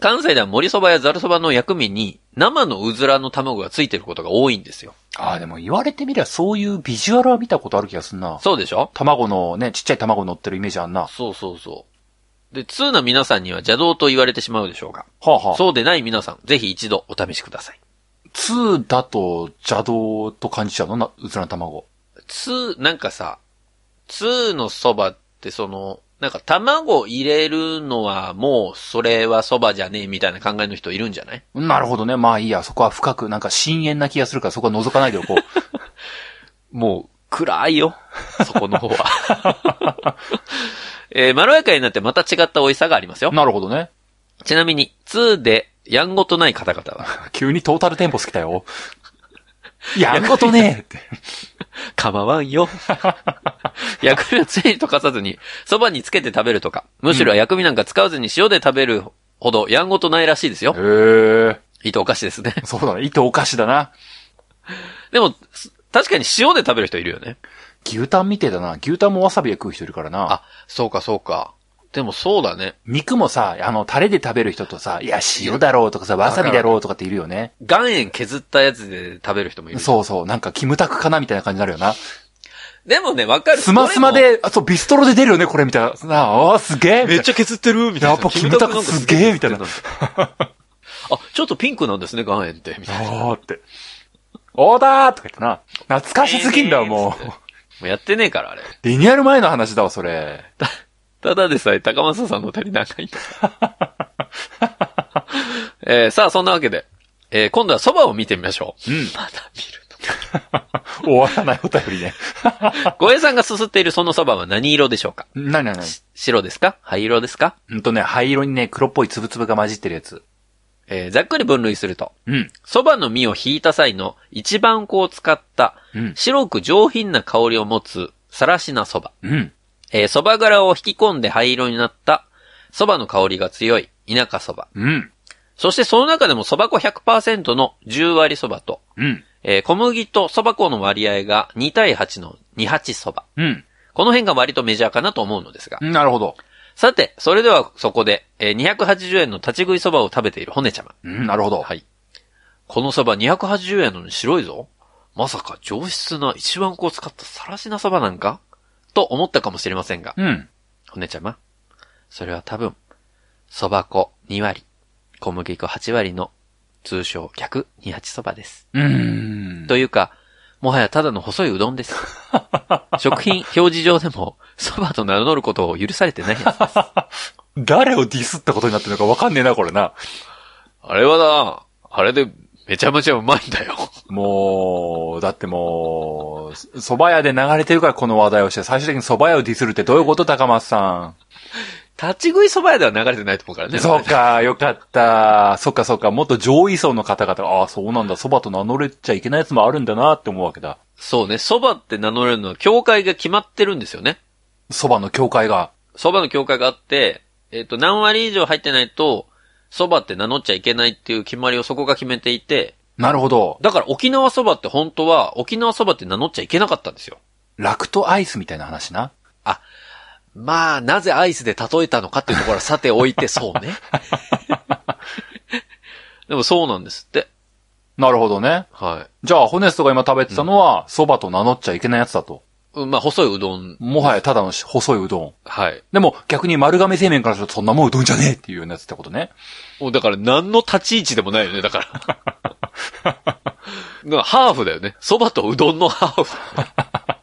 Speaker 1: 関西では盛りそばやざるそばの薬味に生のうずらの卵がついてることが多いんですよ。
Speaker 2: あ、でも言われてみりゃそういうビジュアルは見たことある気がすんな。
Speaker 1: そうでしょ
Speaker 2: 卵のね、ちっちゃい卵乗ってるイメージあんな。は
Speaker 1: そうそうそう。で、通な皆さんには邪道と言われてしまうでしょうが、
Speaker 2: あ、はあ、
Speaker 1: そうでない皆さん、ぜひ一度お試しください。
Speaker 2: 2だと邪道と感じちゃうのな、うつらの卵。
Speaker 1: 通、なんかさ、通のそばってその、なんか卵入れるのはもうそれはそばじゃねえみたいな考えの人いるんじゃない
Speaker 2: なるほどね。まあいいや。そこは深く、なんか深淵な気がするから、そこは覗かないでおこ う。
Speaker 1: もう、暗いよ。そこの方は。 えーまろやかになってまた違った美味しさがありますよ。
Speaker 2: なるほどね。
Speaker 1: ちなみに、2で、やんごとない方々は、
Speaker 2: 急にトータルテンポ好きだ よ。やることねえって。
Speaker 1: 構わん よ。薬味をついに溶かさずに、そばにつけて食べるとか、むしろ薬味なんか使わずに塩で食べるほど、やんごとないらしいですよ。
Speaker 2: へえ。
Speaker 1: いいとおかしいですね。
Speaker 2: そうだね。糸お菓子だな。
Speaker 1: でも、す確かに塩で食べる人いるよね。
Speaker 2: 牛タンみてえだな。牛タンもわさびで食う人いるからな。
Speaker 1: あ、そうかそうか。でもそうだね。
Speaker 2: 肉もさ、あの、タレで食べる人とさ、いや、塩だろうとかさ、わさびだろうとかっているよね。
Speaker 1: 岩塩削ったやつで食べる人もいる。
Speaker 2: そうそう。なんか、キムタクかなみたいな感じになるよな。
Speaker 1: でもね、わかる。
Speaker 2: スマスマ
Speaker 1: どれも。
Speaker 2: で、あ、そう、ビストロで出るよね、これ、みたいな。さあ、おーすげえ
Speaker 1: めっちゃ削ってるみたいな。
Speaker 2: やっぱキムタクすげえみたいな
Speaker 1: キムタクなんかすげえあ、ちょっとピンクなんですね、岩塩 って。みたいな。
Speaker 2: おーって。おーだーとか言ってな。懐かしすぎんだ、も
Speaker 1: えーっつってもうやってねえから、あれ。
Speaker 2: う。リニューアル前の話だわ、それ。
Speaker 1: ただでさえ高松さんの手に長いんだ。 えーさあ、そんなわけで、えー今度は蕎麦を見てみましょ う。
Speaker 2: うん
Speaker 1: まだ見る
Speaker 2: 終わらないお便りね。
Speaker 1: の。ごえさんがすすっているその蕎麦は何色でしょうか
Speaker 2: なになになに
Speaker 1: 白ですか灰色ですか
Speaker 2: うんとね、灰色にね、黒っぽいつぶつぶが混じってるやつ。
Speaker 1: えーざっくり分類すると、
Speaker 2: うん。
Speaker 1: 蕎麦の実を引いた際の一番こう使った、
Speaker 2: うん。
Speaker 1: 白く上品な香りを持つ、さらしな蕎麦。
Speaker 2: うん。
Speaker 1: えー蕎麦柄を引き込んで灰色になった、蕎麦の香りが強い、田舎蕎麦。
Speaker 2: うん。
Speaker 1: そしてその中でも蕎麦粉100%の10割蕎麦と、
Speaker 2: うん。
Speaker 1: えー小麦と蕎麦粉の割合が2対8の28蕎麦。
Speaker 2: うん。
Speaker 1: この辺が割とメジャーかなと思うのですが。
Speaker 2: なるほど。
Speaker 1: さて、それではそこで、えー280円の立ち食い蕎麦を食べている骨ちゃま。
Speaker 2: うん、なるほど。
Speaker 1: はい。この蕎麦280円なのに白いぞ。まさか上質な一番粉を使ったさらしな蕎麦なんかと思ったかもしれませんが、
Speaker 2: うん。
Speaker 1: 骨ちゃま。それは多分、蕎麦粉2割、小麦粉8割の通称逆28蕎麦です。
Speaker 2: うーん。
Speaker 1: というか、もはやただの細いうどん です。食品表示上でも、蕎麦と名乗ることを許されてないやつ。
Speaker 2: 誰をディスったことになってるのかわかんねえな、これな。
Speaker 1: あれはな、あれでめちゃめちゃうまいんだよ。
Speaker 2: もう、だってもう、蕎麦屋で流れてるからこの話題をして、最終的に蕎麦屋をディスるってどういうこと、高松さ
Speaker 1: 立ち食い蕎麦屋では流れてないと思うからね。
Speaker 2: ん。そうか、よかった。そっかそっか、もっと上位層の方々が、ああ、そうなんだ、蕎麦と名乗れちゃいけないやつもあるんだなって思うわけだ。
Speaker 1: そうね、蕎麦って名乗れるのは、教会が決まってるんですよね。
Speaker 2: 蕎麦の教会が。
Speaker 1: 蕎麦の教会があって、えっ、と、何割以上入ってないと、蕎麦って名乗っちゃいけないっていう決まりをそこが決めていて、
Speaker 2: なるほど。
Speaker 1: だから沖縄そばって本当は、沖縄そばって名乗っちゃいけなかったんですよ。
Speaker 2: ラクトアイスみたいな話な。
Speaker 1: まあ、なぜアイスで例えたのかっていうところはさておいて、そうね。でもそうなんですって。
Speaker 2: なるほどね。
Speaker 1: は
Speaker 2: じゃあ、ホネストが今食べてたのは、蕎麦と名乗っちゃいけないやつだと。
Speaker 1: い。うんまあ、細いうどん。
Speaker 2: もはやただのし細いうどん。
Speaker 1: はい。
Speaker 2: でも、逆に丸亀製麺からするとそんなもんうどんじゃねえっていうようなやつってことね。
Speaker 1: もうだから何の立ち位置でもないよね、だから。だ からハーフだよね。蕎麦とうどんのハーフ。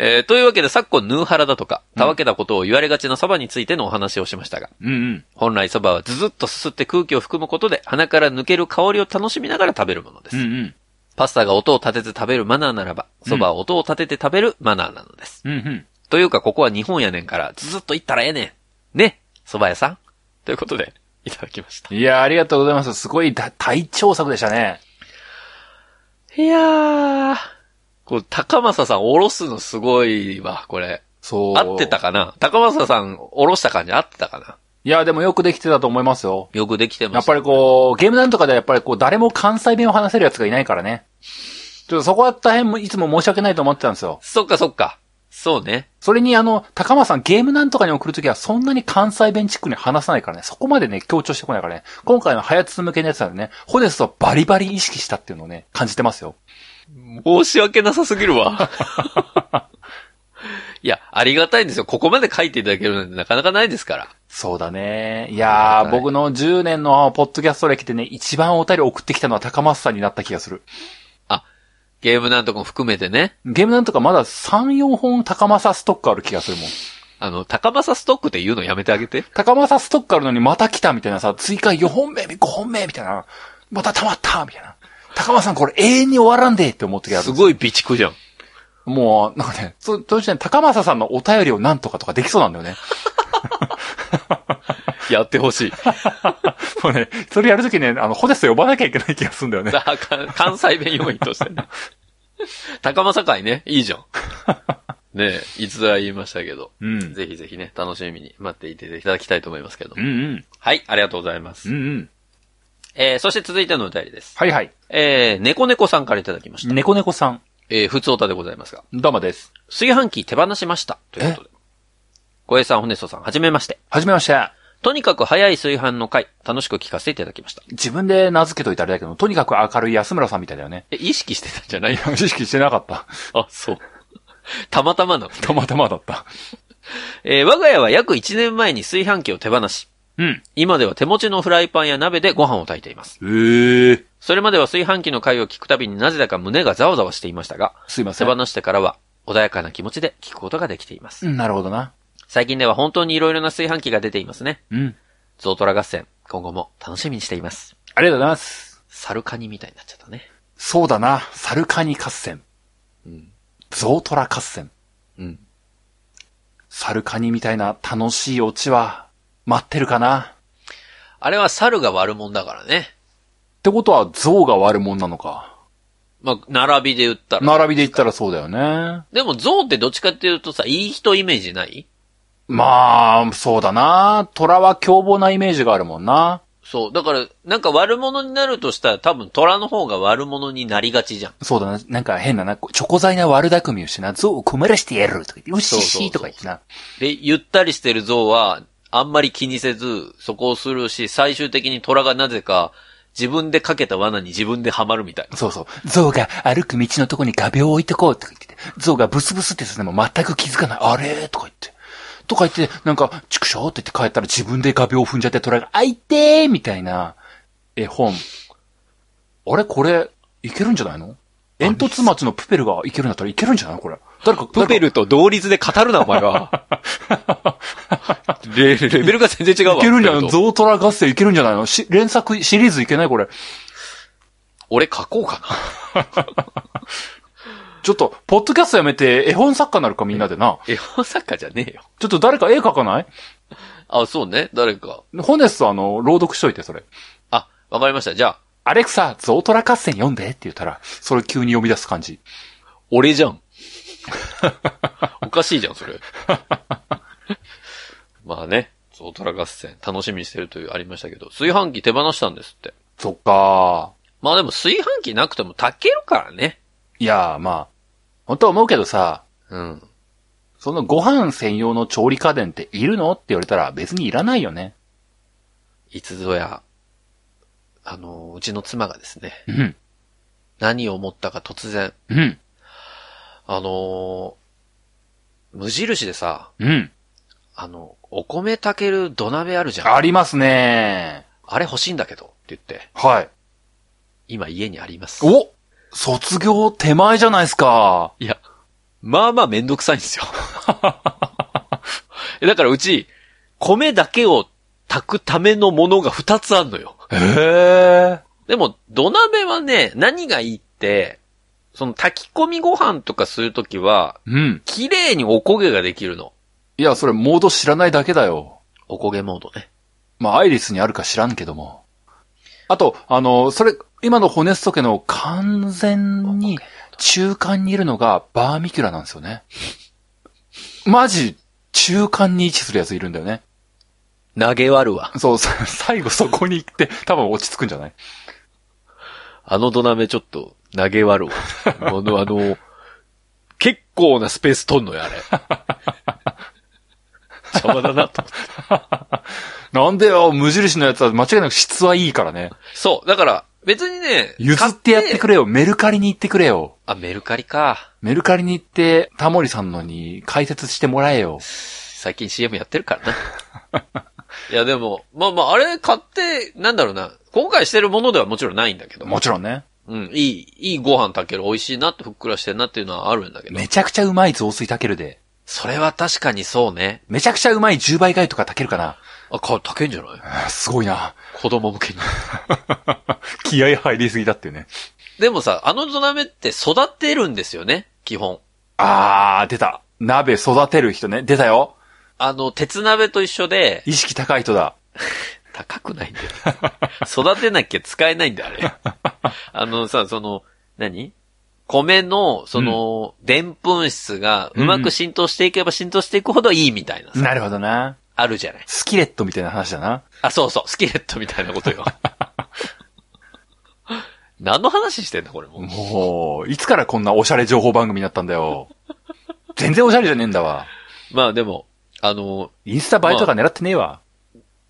Speaker 1: えーというわけで昨今、ヌーハラだとか、たわけたことを言われがちな蕎麦についてのお話をしましたが、
Speaker 2: うんうん。
Speaker 1: 本来蕎麦はズズッとすすって空気を含むことで鼻から抜ける香りを楽しみながら食べるものです。
Speaker 2: うんうん。
Speaker 1: パスタが音を立てて食べるマナーならば、蕎麦は音を立てて食べるマナーなのです。
Speaker 2: うんうん。
Speaker 1: というか、ここは日本やねんから、ズズッと行ったらええねん。ね、蕎麦屋さん。ということで、いただきました。
Speaker 2: いやーありがとうございます。すごい大大調作でしたね。
Speaker 1: いやー。こう、高政さんおろすのすごいわ、これ。
Speaker 2: そう。
Speaker 1: 合ってたかな高政さんおろした感じ合ってたかない
Speaker 2: や、でもよくできてたと思いますよ。
Speaker 1: よくできて
Speaker 2: や
Speaker 1: ま
Speaker 2: っ
Speaker 1: した。
Speaker 2: ぱりこう、ゲームなんとかではやっぱりこう、誰も関西弁を話せるやつがいないからね。ちょっとそこは大変もいつも申し訳ないと思ってたんですよ。
Speaker 1: そっかそっか。そうね。
Speaker 2: それにあの、高間さんゲームなんとかに送るときはそんなに関西弁チックに話さないからね、そこまでね、強調してこないからね、今回のハヤツ向けのやつなんでね、ホデスはバリバリ意識したっていうのをね、感じてますよ。
Speaker 1: 申し訳なさすぎる わ。いや、ありがたいんですよ。ここまで書いていただけるなんてなかなかないですから。
Speaker 2: そうだね。いやー、
Speaker 1: はい
Speaker 2: 僕の10年のポッドキャスト歴でね、一番お便り送ってきたのは高松さんになった気がする。
Speaker 1: ゲームなんとかも含めてね。
Speaker 2: ゲームなんとかまだ3、4本高松ストックある気がするもん。
Speaker 1: あの、高政ストックって言うのやめてあげて。
Speaker 2: 高松ストックあるのにまた来たみたいなさ、追加4本目、5本目みたいな。また溜まったみたいな。高松さんこれ永遠に終わらんでって思ってやる。
Speaker 1: すごい備蓄じゃん。
Speaker 2: もう、なんかね、そ、そしてね、高松さんのお便りをなんとかとかできそうなんだよね。
Speaker 1: やってほしい。
Speaker 2: もうね、それやるときね、あの、ホデス呼ばなきゃいけない気がするんだよね。
Speaker 1: さあか関西弁要員としてね。高政会ね、いいじゃん。ねえ、いつだ言いましたけど。
Speaker 2: うん。うん
Speaker 1: ぜひぜひね、楽しみに待っていていただきたいと思いますけど
Speaker 2: う。ん。
Speaker 1: はい、ありがとうございま
Speaker 2: うんう
Speaker 1: す。
Speaker 2: ん。
Speaker 1: えー、そして続いてのお便りです。
Speaker 2: はいはい。
Speaker 1: えー、猫猫さんからいただきました。
Speaker 2: 猫猫さん。
Speaker 1: えー、普通おたでございますが。
Speaker 2: どうもです。
Speaker 1: 炊飯器手放しました。ということで。小江さん、ホネストさん、はじめまして。
Speaker 2: はじめまして。
Speaker 1: とにかく早い炊飯の回、楽しく聞かせていただきました。
Speaker 2: 自分で名付けといたあれだけど、とにかく明るい安村さんみたいだよね。
Speaker 1: え、意識してたんじゃない
Speaker 2: 意識してなかった。
Speaker 1: あ、そう。たまたまなの。
Speaker 2: たまたまだった。
Speaker 1: えー我が家は約1年前に炊飯器を手放し、
Speaker 2: うん。
Speaker 1: 今では手持ちのフライパンや鍋でご飯を炊いています。
Speaker 2: ええ
Speaker 1: それまでは炊飯器の回を聞くたびになぜだか胸がざわざわしていましたが、
Speaker 2: すいませ
Speaker 1: 手
Speaker 2: ん。
Speaker 1: 放してからは穏やかな気持ちで聞くことができています。
Speaker 2: うん、なるほどな。
Speaker 1: 最近では本当に色々な炊飯器が出ていますね。
Speaker 2: うん。
Speaker 1: ゾウトラ合戦、今後も楽しみにしています。
Speaker 2: ありがとうございます。
Speaker 1: サルカニみたいになっちゃったね。
Speaker 2: そうだな。サルカニ合戦。
Speaker 1: うん。
Speaker 2: ゾウトラ合戦。
Speaker 1: うん。
Speaker 2: サルカニみたいな楽しいオチは、待ってるかな。
Speaker 1: あれは猿が悪者だからね。
Speaker 2: ってことは、ゾウが悪者なのか。
Speaker 1: まあ、並びで言ったら。
Speaker 2: 並びで言ったらそうだよね。
Speaker 1: でもゾウってどっちかっていうとさ、いい人イメージない
Speaker 2: まあ、そうだな。虎は凶暴なイメージがあるもんな。
Speaker 1: そう。だから、なんか悪者になるとしたら多分虎の方が悪者になりがちじゃん。
Speaker 2: そうだな。なんか変なな、チョコ材な悪巧みをしてな、ゾウを困らしてやるとか言って、うっし
Speaker 1: そう
Speaker 2: っ
Speaker 1: そうそう
Speaker 2: しーとか言ってな。
Speaker 1: で、ゆったりしてる象は、あんまり気にせず、そこをするし、最終的に虎がなぜか、自分でかけた罠に自分ではまるみたいな。
Speaker 2: そうそう。ゾウが歩く道のとこに画鋲を置いてこうとか言ってて、ゾウがブスブスってするのも全く気づかない。あれーとか言って。とか言って、なんか、畜生って言って帰ったら自分で画鋲を踏んじゃってトラが、あいてーみたいな絵本。あれこれ、いけるんじゃないの煙突町のプペルがいけるんだったらいけるんじゃないのこれ。誰か、ル
Speaker 1: ルと同率で語るな、お前は。 レレベルが全然違うわ。
Speaker 2: いけるんじゃないの
Speaker 1: プペルと
Speaker 2: ゾウトラ合戦いけるんじゃないのし連作、シリーズいけないこれ。
Speaker 1: 俺書こうかな。
Speaker 2: ちょっと、ポッドキャストやめて絵本作家になるかみんなでな。
Speaker 1: 絵本作家じゃねえよ。
Speaker 2: ちょっと誰か絵描かない
Speaker 1: あ、そうね。誰か。
Speaker 2: ホネストあの、朗読しといて、それ。
Speaker 1: あ、わかりました。じゃあ、
Speaker 2: アレクサ、ゾウトラ合戦読んでって言ったら、それ急に読み出す感じ。
Speaker 1: 俺じゃん。おかしいじゃん、それ。 まあね、ゾウトラ合戦、楽しみにしてるというありましたけど、炊飯器手放したんですって。
Speaker 2: そっか
Speaker 1: まあでも炊飯器なくても炊けるからね。
Speaker 2: いやー、まあ、本当は思うけどさ、
Speaker 1: うん。
Speaker 2: そのご飯専用の調理家電っているのって言われたら別にいらないよね。
Speaker 1: いつぞや、あの、うちの妻がですね、
Speaker 2: うん。
Speaker 1: 何を思ったか突然、
Speaker 2: うん。
Speaker 1: あのー無印でさ、
Speaker 2: うん。
Speaker 1: あの、お米炊ける土鍋あるじゃん。
Speaker 2: ありますね
Speaker 1: あれ欲しいんだけど、って言って、
Speaker 2: はい。
Speaker 1: 今家にあります。
Speaker 2: お卒業手前じゃないですか。
Speaker 1: いや、まあまあめんどくさいんですよ。 だからうち、米だけを炊くためのものが2つあんのよ。
Speaker 2: へえ。
Speaker 1: でも、土鍋はね、何がいいって、その炊き込みご飯とかするときは、
Speaker 2: うん。
Speaker 1: 綺麗におこげができるの。
Speaker 2: いや、それモード知らないだけだよ。
Speaker 1: おこげモードね。
Speaker 2: まあ、アイリスにあるか知らんけども。あと、あの、それ、今のホネスト家の完全に中間にいるのがバーミキュラなんですよね。マジ、中間に位置するやついるんだよね。
Speaker 1: 投げ割るわ。
Speaker 2: そう、さ最後そこに行って、多分落ち着くんじゃない
Speaker 1: あの土鍋ちょっと投げ割るわ。ものあの、結構なスペース取んのよ、あれ。邪魔だなと。
Speaker 2: なんでよ、無印のやつは間違いなく質はいいからね。
Speaker 1: そう、だから、別にね、
Speaker 2: 譲ってやってく
Speaker 1: れ。
Speaker 2: れよ、メルカリに行ってくれよ。
Speaker 1: あ、メルカリか。
Speaker 2: メルカリに行って、タモリさんのに解説してもらえよ。
Speaker 1: 最近 CM やってるからな。いや、でも、まあまあ、あれ買って、なんだろうな。今回してるものではもちろんないんだけど。
Speaker 2: もちろんね。
Speaker 1: うん、いい、いいご飯炊ける、美味しいなってふっくらしてるなっていうのはあるんだけど
Speaker 2: め。ちゃくちゃうまい雑炊炊けるで。
Speaker 1: それは確かにそうね。
Speaker 2: めちゃくちゃうまい10倍貝とか炊けるかな。
Speaker 1: あ、か、炊けんじゃない
Speaker 2: あーすごいな。
Speaker 1: 子供向け に。
Speaker 2: 気合入りすぎだっていうね。
Speaker 1: でもさ、あの土鍋って育てるんですよね、基本。
Speaker 2: あー、出た。鍋育てる人ね。出たよ。
Speaker 1: あの、鉄鍋と一緒で、
Speaker 2: 意識高い人だ。
Speaker 1: 高くないんだよ。 育てなきゃ使えないんだよ、あれ。あのさ、その、何米の、その、でんぷん質が、うまく浸透していけば浸透していくほどいいみたいなさ、
Speaker 2: なるほどな。
Speaker 1: あるじゃない。
Speaker 2: スキレットみたいな話だな。
Speaker 1: あ、そうそう、スキレットみたいなことよ。 何の話してんだ、これもう。
Speaker 2: もう、いつからこんなおしゃれ情報番組になったんだよ。全然おしゃれじゃねえんだわ。
Speaker 1: まあでも、あの、
Speaker 2: インスタ映えとか狙ってねえわ。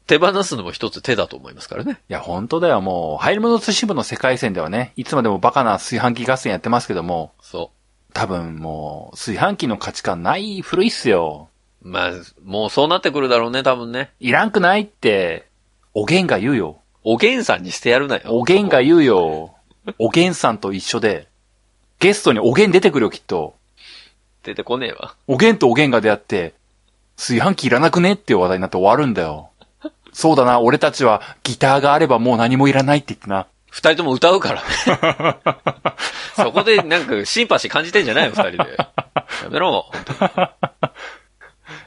Speaker 1: 手放すのも一つ手だと思いますからね。
Speaker 2: いや、本当だよ、もう。入り物通信部の世界線ではね、いつまでもバカな炊飯器合戦やってますけども、
Speaker 1: そ
Speaker 2: 多分もう、炊飯器の価値観ない、古いっすよ。
Speaker 1: う。まあ、もうそうなってくるだろうね、多分ね。
Speaker 2: いらんくないって、おげんが言うよ。
Speaker 1: おげんさんにしてやるなよ。
Speaker 2: おげんが言うよ。おげんさんと一緒で、ゲストにおげん出てくるよ、きっと。
Speaker 1: 出てこねえわ。
Speaker 2: おげんとおげんが出会って、炊飯器いらなくねっていう話題になって終わるんだよ。そうだな、俺たちはギターがあればもう何もいらないって言ってな。
Speaker 1: 二人とも歌うからね。 そこでなんかシンパシー感じてんじゃないよ、二人で。やめろ。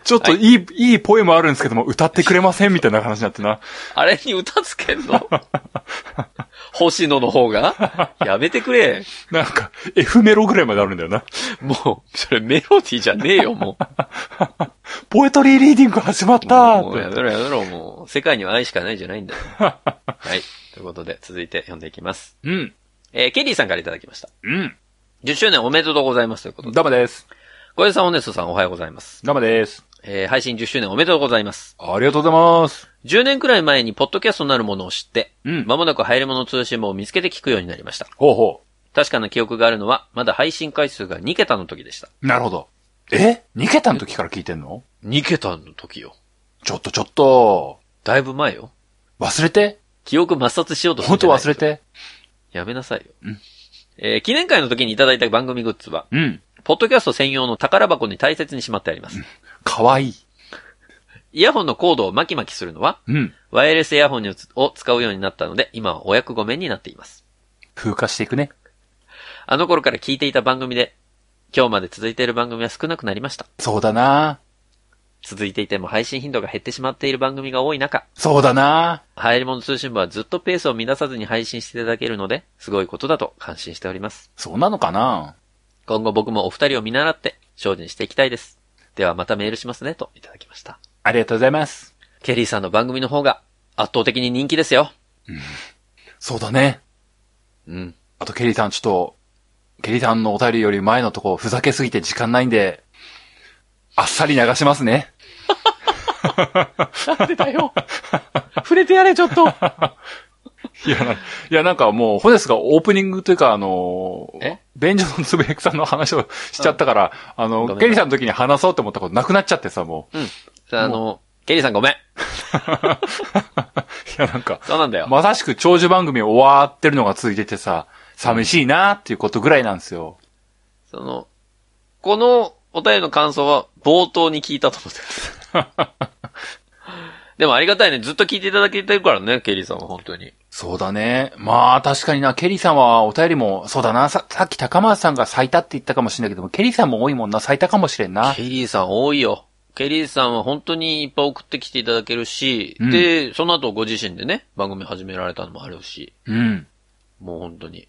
Speaker 2: ちょっといい、い、いポエムあるんですけども、歌ってくれませんみたいな話になってな。
Speaker 1: あれに歌つけんの星野の方がやめてくれ。
Speaker 2: なんか、F メロぐらいまであるんだよな。
Speaker 1: もう、それメロディーじゃねえよ、も
Speaker 2: ポエトリーリーディング始まっ
Speaker 1: う。
Speaker 2: た
Speaker 1: もうや
Speaker 2: ーって。
Speaker 1: めろやめろ、もう。世界には愛しかないじゃないんだよ。はい。ということで、続いて読んでいきます。
Speaker 2: うん、
Speaker 1: えーケリーさんからいただきました。
Speaker 2: うん。
Speaker 1: 10周年おめでとうございますということで。
Speaker 2: ガマです。
Speaker 1: 小江さん、ホネストさん、おはようございます。
Speaker 2: ガマです。
Speaker 1: えー配信10周年おめでとうございます。
Speaker 2: ありがとうございます。
Speaker 1: 10年くらい前にポッドキャストなるものを知って、
Speaker 2: うん
Speaker 1: まもなく入り物通信簿を見つけて聞くようになりました。
Speaker 2: ほうほ
Speaker 1: 確かな記憶があるのは、まだ配信回数が2桁の時でした。
Speaker 2: う。なるほど。え ?2 桁の時から聞いてんの
Speaker 1: 2桁の時よ。
Speaker 2: ちょっとちょっと、
Speaker 1: だいぶ前よ。
Speaker 2: 忘れて。
Speaker 1: 記憶抹殺しようとする
Speaker 2: 本
Speaker 1: んじ
Speaker 2: 当
Speaker 1: ゃない
Speaker 2: 忘れ。て。
Speaker 1: やめなさいよ。
Speaker 2: うん
Speaker 1: えー記念会の時にいただいた番組グッズは、
Speaker 2: うん。
Speaker 1: ポッドキャスト専用の宝箱に大切にしまってあります。
Speaker 2: かわいい。
Speaker 1: イヤホンのコードを巻き巻きするのは、
Speaker 2: うん。
Speaker 1: ワイヤレスイヤホンにうつを使うようになったので、今はお役御免になっています。
Speaker 2: 風化していくね。
Speaker 1: あの頃から聞いていた番組で、今日まで続いている番組は少なくなりました。
Speaker 2: そうだな
Speaker 1: 続いていても配信頻度が減ってしまっている番組が多い中、
Speaker 2: そうだな
Speaker 1: 流行り物通信部はずっとペースを乱さずに配信していただけるので、すごいことだと感心しております。
Speaker 2: そうなのかな
Speaker 1: 今後僕もお二人を見習って精進していきたいです。ではまたメールしますね、といただきました。
Speaker 2: ありがとうございます。
Speaker 1: ケリーさんの番組の方が圧倒的に人気ですよ。
Speaker 2: そうだね。
Speaker 1: うん。
Speaker 2: あと、ケリーさん、ちょっと、ケリーさんのお便りより前のとこ、ふざけすぎて時間ないんで、あっさり流しますね。
Speaker 1: なんでだよ。触れてやれ、ちょっと。
Speaker 2: いや、ないやなんかもう、ホネスがオープニングというか、あの
Speaker 1: え、
Speaker 2: 便所のつぶやきさんの話をしちゃったから、
Speaker 1: ごめ
Speaker 2: あ
Speaker 1: ん
Speaker 2: の、
Speaker 1: な
Speaker 2: ケリーさんの時に話そうと思ったことなくなっちゃってさ、もう。
Speaker 1: あの、ケリーさんごめん。
Speaker 2: いや、なんか、
Speaker 1: そうなんだよ。
Speaker 2: まさしく長寿番組終わってるのが続いててさ、寂しいなっていうことぐらいなんですよ。
Speaker 1: その、このお便りの感想は冒頭に聞いたと思って ます。でもありがたいね。ずっと聞いていただけてるからね、ケリーさんは本当に。
Speaker 2: そうだね。まあ、確かにな、ケリーさんはお便りも、そうだな、ささっき高松さんが最多って言ったかもしれないけども、ケリーさんも多いもんな、最多かもしれんな。
Speaker 1: ケリーさん多いよ。ケリーさんは本当にいっぱい送ってきていただけるし、
Speaker 2: うん
Speaker 1: で、その後ご自身でね、番組始められたのもあるし、
Speaker 2: うん。
Speaker 1: もう本当に、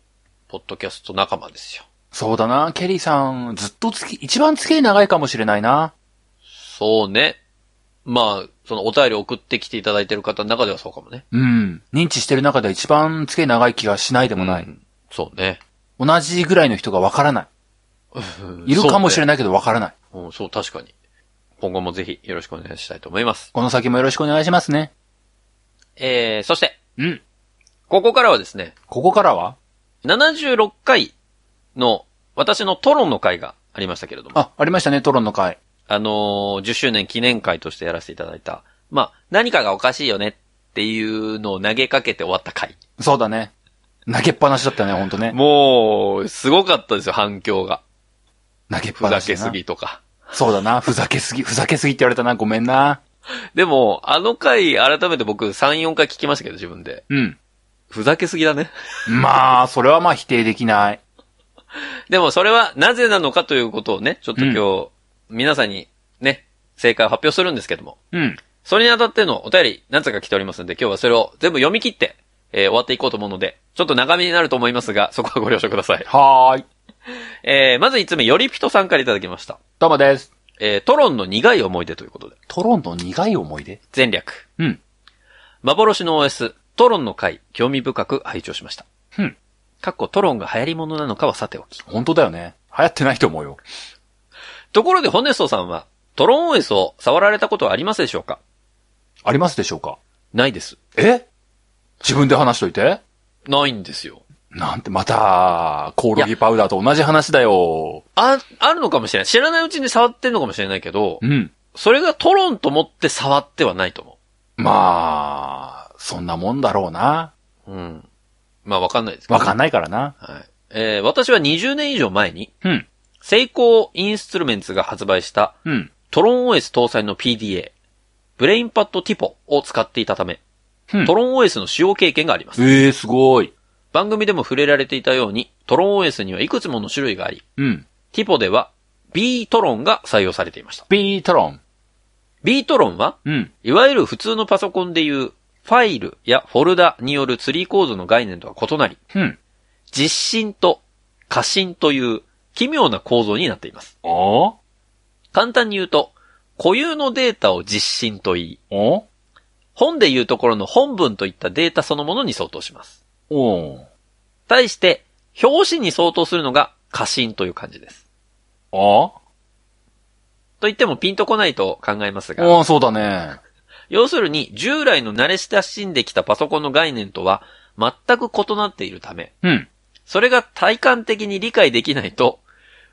Speaker 1: ポッドキャスト仲間ですよ。
Speaker 2: そうだな、ケリーさん、ずっとつき、一番付き合い長いかもしれないな。
Speaker 1: そうね。まあ、そのお便り送ってきていただいてる方の中ではそうかもね。
Speaker 2: うん。認知してる中では一番付き合い長い気がしないでもない。
Speaker 1: うんそうね。
Speaker 2: 同じぐらいの人がわからない。いるかもしれないけどわからない。
Speaker 1: うん、そう、確かに。今後もぜひよろしくお願いしたいと思います。
Speaker 2: この先もよろしくお願いしますね。
Speaker 1: えー、そして、
Speaker 2: うん。
Speaker 1: ここからはですね、
Speaker 2: ここからは
Speaker 1: 76回の私のトロンの回がありましたけれども、あ、
Speaker 2: あ、ありましたね、トロンの会。
Speaker 1: のー10周年記念会としてやらせていただいた、まあ、何かがおかしいよねっていうのを投げかけて終わった回。
Speaker 2: そうだね。投げっぱなしだったね、ほんとね。
Speaker 1: もう、すごかったですよ、反響が。
Speaker 2: 投げっ
Speaker 1: ふ
Speaker 2: ぱな
Speaker 1: ざ
Speaker 2: し。
Speaker 1: けす。ぎとか。
Speaker 2: そうだな、ふざけすぎ、ふざけすぎって言われたな、ごめんな。
Speaker 1: でも、あの回、改めて僕、3、4回聞きましたけど、自分で。
Speaker 2: うん。
Speaker 1: ふざけすぎだね。
Speaker 2: まあ、それはまあ否定できない。
Speaker 1: でもそれはなぜなのかということをね、ちょっと今日、皆さんにね、正解を発表するんですけども、
Speaker 2: うん。
Speaker 1: それにあたってのお便り、何つか来ておりますので、今日はそれを全部読み切って、えー終わっていこうと思うので、ちょっと長めになると思いますが、そこはご了承ください。
Speaker 2: はーい。
Speaker 1: えー、まず1つ目、よりぴとさんからいただきました。
Speaker 2: どうもです。
Speaker 1: えー、トロンの苦い思い出ということで、
Speaker 2: トロンの苦い思い出
Speaker 1: 全略。
Speaker 2: うん。
Speaker 1: 幻の OS、トロンの回、興味深く拝聴しました。
Speaker 2: うん。
Speaker 1: かっこトロンが流行り物なのかはさておき。
Speaker 2: 本当だよね。流行ってないと思うよ。
Speaker 1: ところで、ホネストさんは、トロン OS を触られたことはありますでしょうか
Speaker 2: ありますでしょうか
Speaker 1: ないです。
Speaker 2: え自分で話しといて
Speaker 1: ないんですよ。
Speaker 2: なんて、また、コオロギパウダーと同じ話だよ。
Speaker 1: あ、あるのかもしれない。知らないうちに触ってるのかもしれないけど、
Speaker 2: うん。
Speaker 1: それがトロンと思って触ってはないと思
Speaker 2: まあ、そんなもんだろうな。
Speaker 1: う。うん。まあわかんないですけど、
Speaker 2: わかんないからな。
Speaker 1: ない。はい。えー私は20年以上前に、
Speaker 2: うん。
Speaker 1: セイコーインストゥルメンツが発売した
Speaker 2: うん。
Speaker 1: トロン OS 搭載の PDA、ブレインパッドティポを使っていたため、
Speaker 2: うん
Speaker 1: トロン OS の使用経験があります。
Speaker 2: ええすごい。
Speaker 1: 番組でも触れられていたように、トロン OS にはいくつもの種類があり、
Speaker 2: うん。
Speaker 1: ティポでは B トロンが採用されていました。
Speaker 2: ビートロン。
Speaker 1: B トロンは
Speaker 2: うん。
Speaker 1: いわゆる普通のパソコンでいう、ファイルやフォルダによるツリー構造の概念とは異なり、
Speaker 2: うん。
Speaker 1: 実心と過信という奇妙な構造になっています。
Speaker 2: お
Speaker 1: 簡単に言うと、固有のデータを実心と言い、
Speaker 2: お
Speaker 1: 本で言うところの本文といったデータそのものに相当します。
Speaker 2: お
Speaker 1: 対して、表紙に相当するのが過信という感じです。
Speaker 2: お
Speaker 1: と言ってもピンとこないと考えますが、
Speaker 2: おそうだね。
Speaker 1: 要するに従来の慣れ親しんできたパソコンの概念とは全く異なっているため、
Speaker 2: うん。
Speaker 1: それが体感的に理解できないと、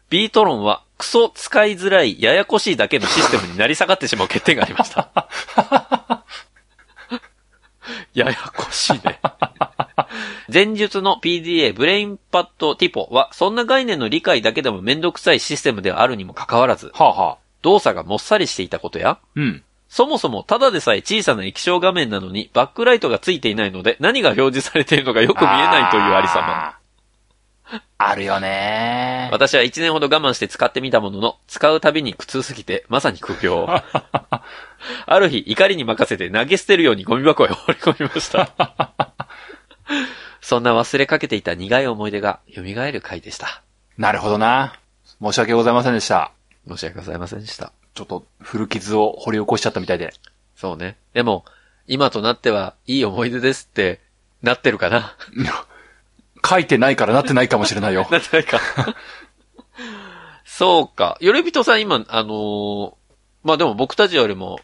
Speaker 1: ビートロンはクソ使いづらいややこしいだけのシステムになり下がってしまう欠点がありました。ややこしいね。前述の PDA ブレインパッドティポはそんな概念の理解だけでもめんどくさいシステムではあるにもかかわらず、
Speaker 2: はあ、はあ、
Speaker 1: 動作がもっさりしていたことや、
Speaker 2: うん。
Speaker 1: そもそもただでさえ小さな液晶画面なのにバックライトがついていないので何が表示されているのかよく見えないというありさま。
Speaker 2: あー。あるよね。
Speaker 1: 私は1年ほど我慢して使ってみたものの、使うたびに苦痛すぎて、まさに苦行。ある日、怒りに任せて投げ捨てるようにゴミ箱へ放り込みました。そんな忘れかけていた苦い思い出が蘇る回でした。
Speaker 2: なるほどな。申し訳ございませんでした。
Speaker 1: 申し訳ございませんでした。
Speaker 2: ちょっと古傷を掘り起こしちゃったみたいで。
Speaker 1: そうね。でも、今となってはいい思い出ですって、なってるかな
Speaker 2: 書いてないからなってないかもしれないよ。
Speaker 1: なってないか。そうか。よれびとさん今、あのーまあでも僕たちよりも、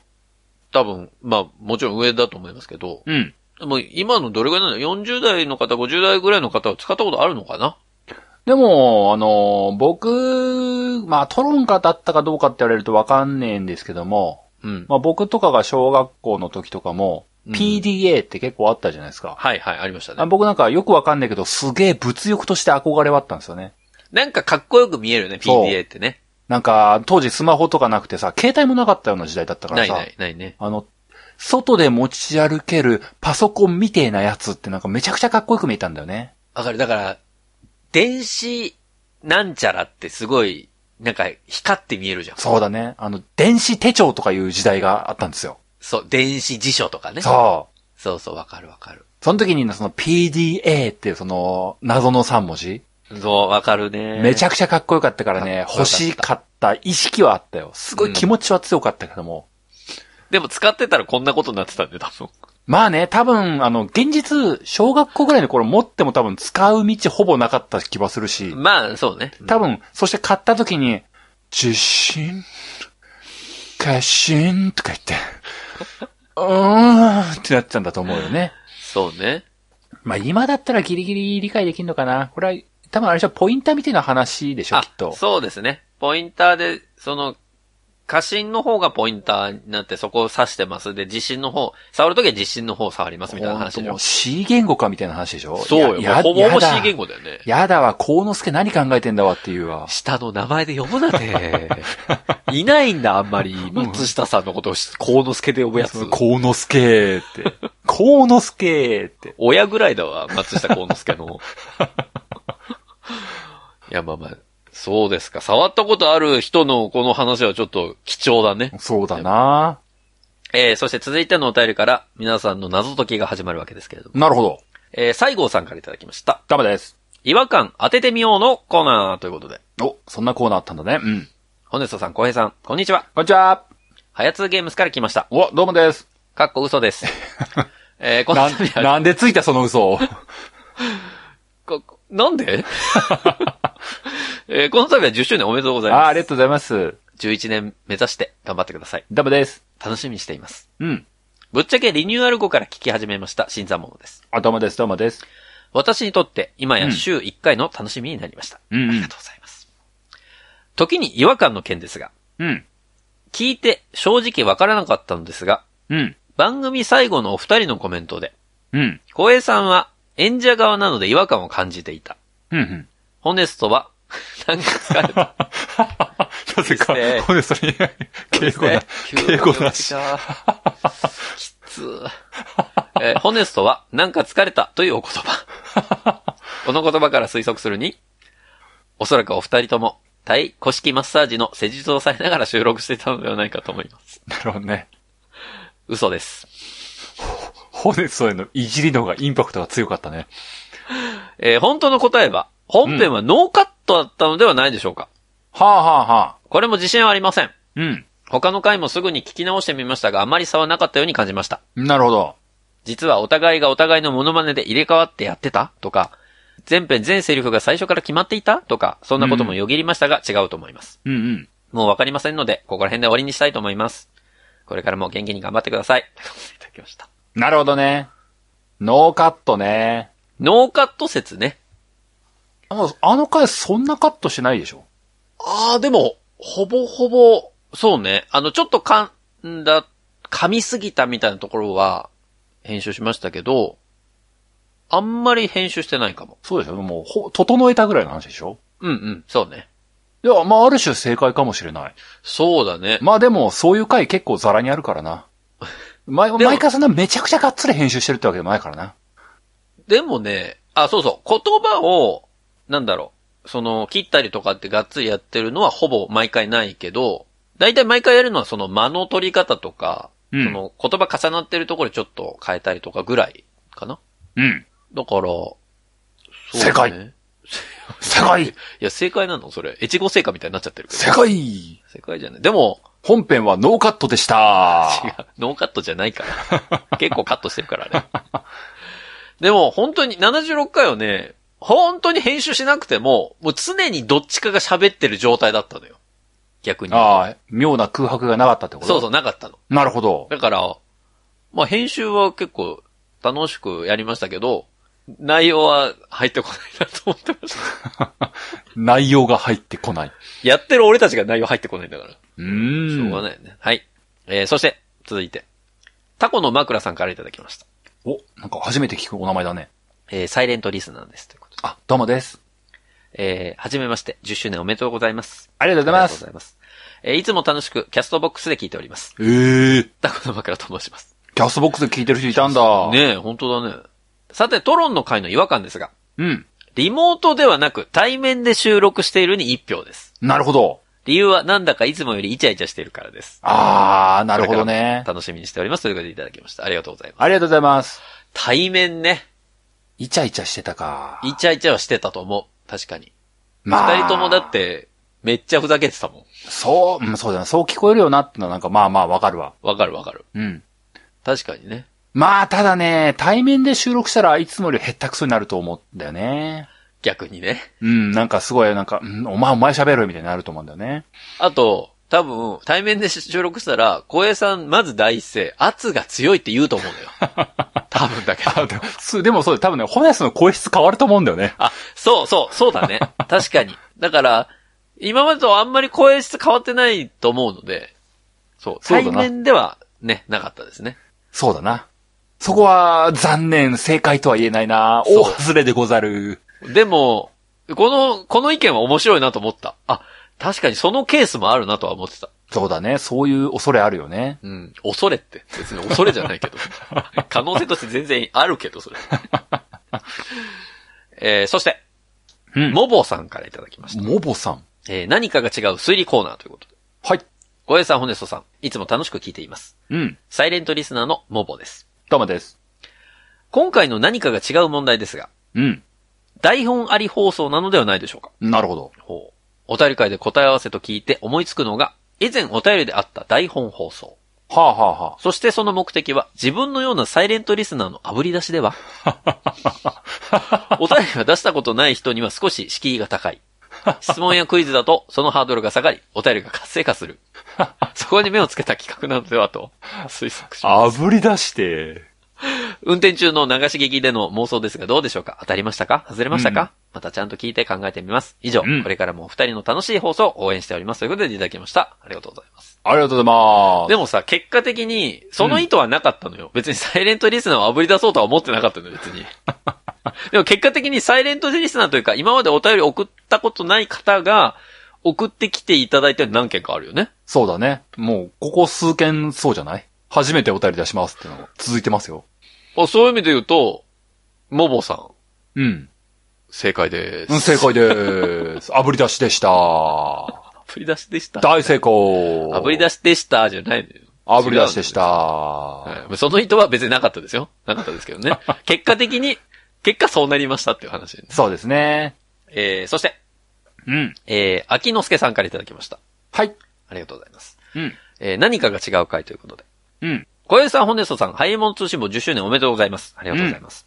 Speaker 1: 多分、まあもちろん上だと思いますけど、
Speaker 2: うん。
Speaker 1: もう今のどれぐらいなの ?40 代の方、50代ぐらいの方は使ったことあるのかな
Speaker 2: でも、あの、僕、まあ、トロンがだったかどうかって言われるとわかんねえんですけども、
Speaker 1: うん。
Speaker 2: まあ、僕とかが小学校の時とかも、
Speaker 1: うん
Speaker 2: PDA って結構あったじゃないですか。
Speaker 1: はいはい、ありました
Speaker 2: あ
Speaker 1: ね。
Speaker 2: 僕なんかよくわかんないけど、すげえ物欲として憧れはあったんですよね。
Speaker 1: なんかかっこよく見えるよね、
Speaker 2: そう
Speaker 1: PDA ってね。
Speaker 2: なんか、当時スマホとかなくてさ、携帯もなかったような時代だったか
Speaker 1: な
Speaker 2: ら
Speaker 1: い
Speaker 2: さ、
Speaker 1: ないないね。
Speaker 2: あの、外で持ち歩けるパソコンみてえなやつってなんかめちゃくちゃかっこよく見えたんだよね。
Speaker 1: わかる。だから、電子なんちゃらってすごい、なんか光って見えるじゃん。
Speaker 2: そうだね。あの、電子手帳とかいう時代があったんですよ。
Speaker 1: そう、電子辞書とかね。
Speaker 2: そう。
Speaker 1: そうそう、わかるわかる。
Speaker 2: その時にねその PDA っていうその謎の3文字、
Speaker 1: そう、わかるね。
Speaker 2: めちゃ
Speaker 1: く
Speaker 2: くちゃかっこよかったからね、
Speaker 1: かっこよか
Speaker 2: 欲
Speaker 1: った
Speaker 2: しかった意識はあったよ。すごい気持ちは強かったけども。
Speaker 1: でも使ってたらこんなことになってたんで、多分。
Speaker 2: まあね、多分、あの、現実、小学校ぐらいの頃持っても多分使う道ほぼなかった気はするし、
Speaker 1: まあ、そうね。
Speaker 2: 多分、そして買った時に、受信、過信とか言って、 うーんってなってたんだと思うよね。
Speaker 1: そうね。
Speaker 2: まあ今だったらギリギリ理解できるのかなこれは、多分あれでしょ、ポインターみたいな話でしょ、
Speaker 1: あ
Speaker 2: きっと。
Speaker 1: そうですね。ポインターで、その、過信の方がポインターになってそこを指してます。で、地震の方、触るときは地震の方を触りますみたいな話
Speaker 2: ほん
Speaker 1: でし
Speaker 2: とも
Speaker 1: ょ
Speaker 2: う。C 言語かみたいな話でしょ
Speaker 1: そうよ。
Speaker 2: や
Speaker 1: ほぼほぼ
Speaker 2: やだ
Speaker 1: C 言語だよね。
Speaker 2: やだわ、コウノスケ何考えてんだわっていうわ。
Speaker 1: 下の名前で呼ぶな ね。いないんだ、あんまり。松下さんのことをし、幸之助で呼ぶやつ。
Speaker 2: コウノスケって。コウノスケって。
Speaker 1: 親ぐらいだわ、松下幸之助 の。いや、まあまあ、そうですか。触ったことある人のこの話はちょっと貴重だね。
Speaker 2: そうだな
Speaker 1: えー、そして続いてのお便りから、皆さんの謎解きが始まるわけですけれども。
Speaker 2: なるほど。
Speaker 1: えー、西郷さんからいただきました。
Speaker 2: ダメです。
Speaker 1: 違和感当ててみようのコーナーということで。
Speaker 2: お、そんなコーナーあったんだね。うん。
Speaker 1: ホネストさん、小平さん、こんにちは。
Speaker 2: こんにちは。
Speaker 1: はやつゲームスから来ました。
Speaker 2: お、どうもです。
Speaker 1: かっこ嘘 です。えー、こ
Speaker 2: な
Speaker 1: の
Speaker 2: ん
Speaker 1: 度、は
Speaker 2: なんでついたその嘘を。
Speaker 1: こなんで えーこの度は10周年おめでとうござい
Speaker 2: あ、
Speaker 1: ま
Speaker 2: ありがとうございます。
Speaker 1: す。11年目指して頑張ってください。
Speaker 2: ダメです。
Speaker 1: 楽しみにしています。
Speaker 2: うん。
Speaker 1: ぶっちゃけリニューアル後から聞き始めました、新参者です。
Speaker 2: あ、どうもです、どうもです。
Speaker 1: 私にとって今
Speaker 2: う
Speaker 1: や
Speaker 2: ん
Speaker 1: 週1回の楽しみになりました。
Speaker 2: うんうん
Speaker 1: ありがとうございます。時に違和感の件ですが、
Speaker 2: うん。
Speaker 1: 聞いて正直わからなかったのですが、
Speaker 2: うん。
Speaker 1: 番組最後のお二人のコメントで、
Speaker 2: うん。
Speaker 1: 小平さんは演者側なので違和感を感じていた。
Speaker 2: うん。 うん。
Speaker 1: ホネストは、 なんか疲れた。
Speaker 2: なぜか
Speaker 1: いいですね、
Speaker 2: ほんで、それ、敬語な、敬語なし。
Speaker 1: きつー。 えーホネストは、なんか疲れたというお言葉。 この言葉から推測するに、おそらくお二人とも、タイ古式マッサージの施術をされながら収録していたのではないかと思います。
Speaker 2: なるほどね。
Speaker 1: 嘘です。
Speaker 2: ホネストへのいじりの方がインパクトが強かったね。
Speaker 1: えー本当の答えは、本編はノーカットだったのではないでしょうか。
Speaker 2: はあはあはあ。
Speaker 1: これも自信はありません。
Speaker 2: うん。
Speaker 1: 他の回もすぐに聞き直してみましたが、あまり差はなかったように感じました。
Speaker 2: なるほど。
Speaker 1: 実はお互いがお互いのモノマネで入れ替わってやってたとか、全編全セリフが最初から決まっていたとか、そんなこともよぎりましたが違うと思います。
Speaker 2: うんうん。
Speaker 1: もうわかりませんので、ここら辺で終わりにしたいと思います。これからも元気に頑張ってください。 ということでいただきました。
Speaker 2: なるほどね。ノーカットね。
Speaker 1: ノーカット説ね。
Speaker 2: あのあの回そんなカットしないでしょ
Speaker 1: あー、でも、ほぼほぼ、そうね。あの、ちょっと噛んだ、噛みすぎたみたいなところは、編集しましたけど、あんまり編集してないかも。
Speaker 2: そうでしょもう、ほ、整えたぐらいの話でしょ
Speaker 1: うんうん、そうね。
Speaker 2: いや、まあ、ある種正解かもしれない。
Speaker 1: そうだね。
Speaker 2: まあでも、そういう回結構ザラにあるから な。毎
Speaker 1: も
Speaker 2: 毎回そんなめちゃくちゃがっつり編集してるってわけでもないからな。
Speaker 1: でもね、あ、そうそう、言葉を、なんだろう、その、切ったりとかってがっつりやってるのはほぼ毎回ないけど、だいたい毎回やるのはその間の取り方とか、
Speaker 2: うん
Speaker 1: その言葉重なってるところでちょっと変えたりとかぐらいかな。
Speaker 2: うん。
Speaker 1: だから、そう
Speaker 2: 正解
Speaker 1: ね
Speaker 2: 世界
Speaker 1: いや、正解なのそれ。越後成果みたいになっちゃってるけど。
Speaker 2: 世界
Speaker 1: 正解じゃない。でも、
Speaker 2: 本編はノーカットでした
Speaker 1: 違う。ノーカットじゃないから。結構カットしてるからね。でも本当に76回はね、本当に編集しなくても、もう常にどっちかが喋ってる状態だったのよ。逆に。
Speaker 2: ああ、妙な空白がなかったってこと。
Speaker 1: そうそうう、なかったの。
Speaker 2: なるほど。
Speaker 1: だから、まあ編集は結構楽しくやりましたけど、内容は入ってこないなと思ってました。
Speaker 2: 内容が入ってこない。
Speaker 1: やってる俺たちが内容入ってこないんだから。
Speaker 2: う
Speaker 1: しょ
Speaker 2: ー
Speaker 1: うが
Speaker 2: ん。
Speaker 1: ないよね。はい。えー、そして、続いて。タコの枕さんからいただきました。
Speaker 2: お、なんか初めて聞くお名前だね。
Speaker 1: えー、サイレントリスナーです。ということで。
Speaker 2: あ、どうもです。
Speaker 1: えー、はじめまして、10周年おめでとうございます。
Speaker 2: ありがとうございます
Speaker 1: ありがとうございます。えー、いつも楽しくキャストボックスで聞いております。
Speaker 2: ええ
Speaker 1: タコの枕と申します。
Speaker 2: キャストボックスで聞いてる人いたんだ。。
Speaker 1: ねえ、本当だね。さて、トロンの回の違和感ですが、
Speaker 2: うん。
Speaker 1: リモートではなく対面で収録しているに1票です。
Speaker 2: なるほど。
Speaker 1: 理由はなんだかいつもよりイチャイチャしているからです。
Speaker 2: あー、なるほど
Speaker 1: これから
Speaker 2: ね
Speaker 1: も。楽しみにしております。ということでいただきました。ありがとうございます。
Speaker 2: ありがとうございます。
Speaker 1: 対面ね。
Speaker 2: イチャイチャしてたか。
Speaker 1: イチャイチャはしてたと思う。確かに。
Speaker 2: まあ
Speaker 1: 二人ともだっ。て、めっちゃふざけてたもん。
Speaker 2: そう、うん、そうだな。そう聞こえるよなってのはなんかまあまあわかるわ。
Speaker 1: わかるわかる。
Speaker 2: うん。
Speaker 1: 確かにね。
Speaker 2: まあ、ただね、対面で収録したらいつもよりへったくそになると思うんだよね。
Speaker 1: 逆にね。
Speaker 2: うん、なんかすごい、なんか、うん、お前お前喋るみたいになると思うんだよね。
Speaker 1: あと、多分、対面で収録したら、小江さん、まず第一声、圧が強いって言うと思うのよ。 多分だけど。
Speaker 2: あでもすでもそう、多分ね、ホネスの声質変わると思うんだよね。
Speaker 1: あ、そうそう、そうだね。確かに。だから、今までとあんまり声質変わってないと思うので、そう、
Speaker 2: そうだ
Speaker 1: 対
Speaker 2: な
Speaker 1: 面ではね、なかったですね。
Speaker 2: そうだな。そこは、残念、正解とは言えないな。
Speaker 1: そう
Speaker 2: 大外れでござる。
Speaker 1: でも、この、この意見は面白いなと思った。あ、確かにそのケースもあるなとは思ってた。
Speaker 2: そうだね、そういう恐れあるよね。
Speaker 1: うん。恐れって。別に恐れじゃないけど。可能性として全然あるけど、それ。 えー、そして、
Speaker 2: うん
Speaker 1: モボさんからいただきました。
Speaker 2: モボさん。
Speaker 1: えー、何かが違う推理コーナーということで。
Speaker 2: はい。
Speaker 1: 小江さん、ホネストさん、いつも楽しく聞いています。
Speaker 2: うん。
Speaker 1: サイレントリスナーのモボです。
Speaker 2: どうもです。
Speaker 1: 今回の何かが違う問題ですが、
Speaker 2: うん。
Speaker 1: 台本あり放送なのではないでしょうか
Speaker 2: なるほど。
Speaker 1: ほう。お便り会で答え合わせと聞いて思いつくのが、以前お便りであった台本放送。
Speaker 2: はあ、はあは
Speaker 1: そしてその目的は、自分のようなサイレントリスナーの炙り出しで はお便りは出したことない人には少し敷居が高い。質問やクイズだと、そのハードルが下がり、お便りが活性化する。そこに目をつけた企画なのではと、推測します。
Speaker 2: あ。炙り出して。
Speaker 1: 運転中の流し劇での妄想ですがどうでしょうか当たりましたか外れましたか、
Speaker 2: うん
Speaker 1: またちゃんと聞いて考えてみます。以上、
Speaker 2: うん
Speaker 1: これからもお二人の楽しい放送を応援しております。ということでいただきました。ありがとうございます。
Speaker 2: ありがとうございます。
Speaker 1: でもさ、結果的に、その意図はなかったのよ。別にサイレントリスナーを炙り出そうとは思ってなかったのよ、別に。 でも結果的にサイレントリスナーというか、今までお便り送ったことない方が、送ってきていただいてるの何件かあるよね。
Speaker 2: そうだね。もう、ここ数件そうじゃない初めてお便り出しますってのが続いてますよ。
Speaker 1: あそういう意味で言うと、モボさん、
Speaker 2: うん。
Speaker 1: 正解で
Speaker 2: うん
Speaker 1: す。
Speaker 2: 正 解です。炙り出しでした。
Speaker 1: 炙り出しでした。
Speaker 2: 大成功。
Speaker 1: 炙り出
Speaker 2: し。
Speaker 1: しでしたじゃないのよ。
Speaker 2: 炙り出しでした。
Speaker 1: はいその意図は別になかったですよ。なかったですけど ね。結果的に、結果そうなりましたっていう話です。
Speaker 2: そうですね。
Speaker 1: えー、そして、
Speaker 2: うん。
Speaker 1: えー、秋之助さんからいただきました。
Speaker 2: はい。
Speaker 1: ありがとうございます。
Speaker 2: うん。
Speaker 1: えー、何かが違う回ということで。
Speaker 2: うん。
Speaker 1: 小江さん、本ネストさん、ハイエモン通信簿10周年おめでとうございます。ありがとうございます。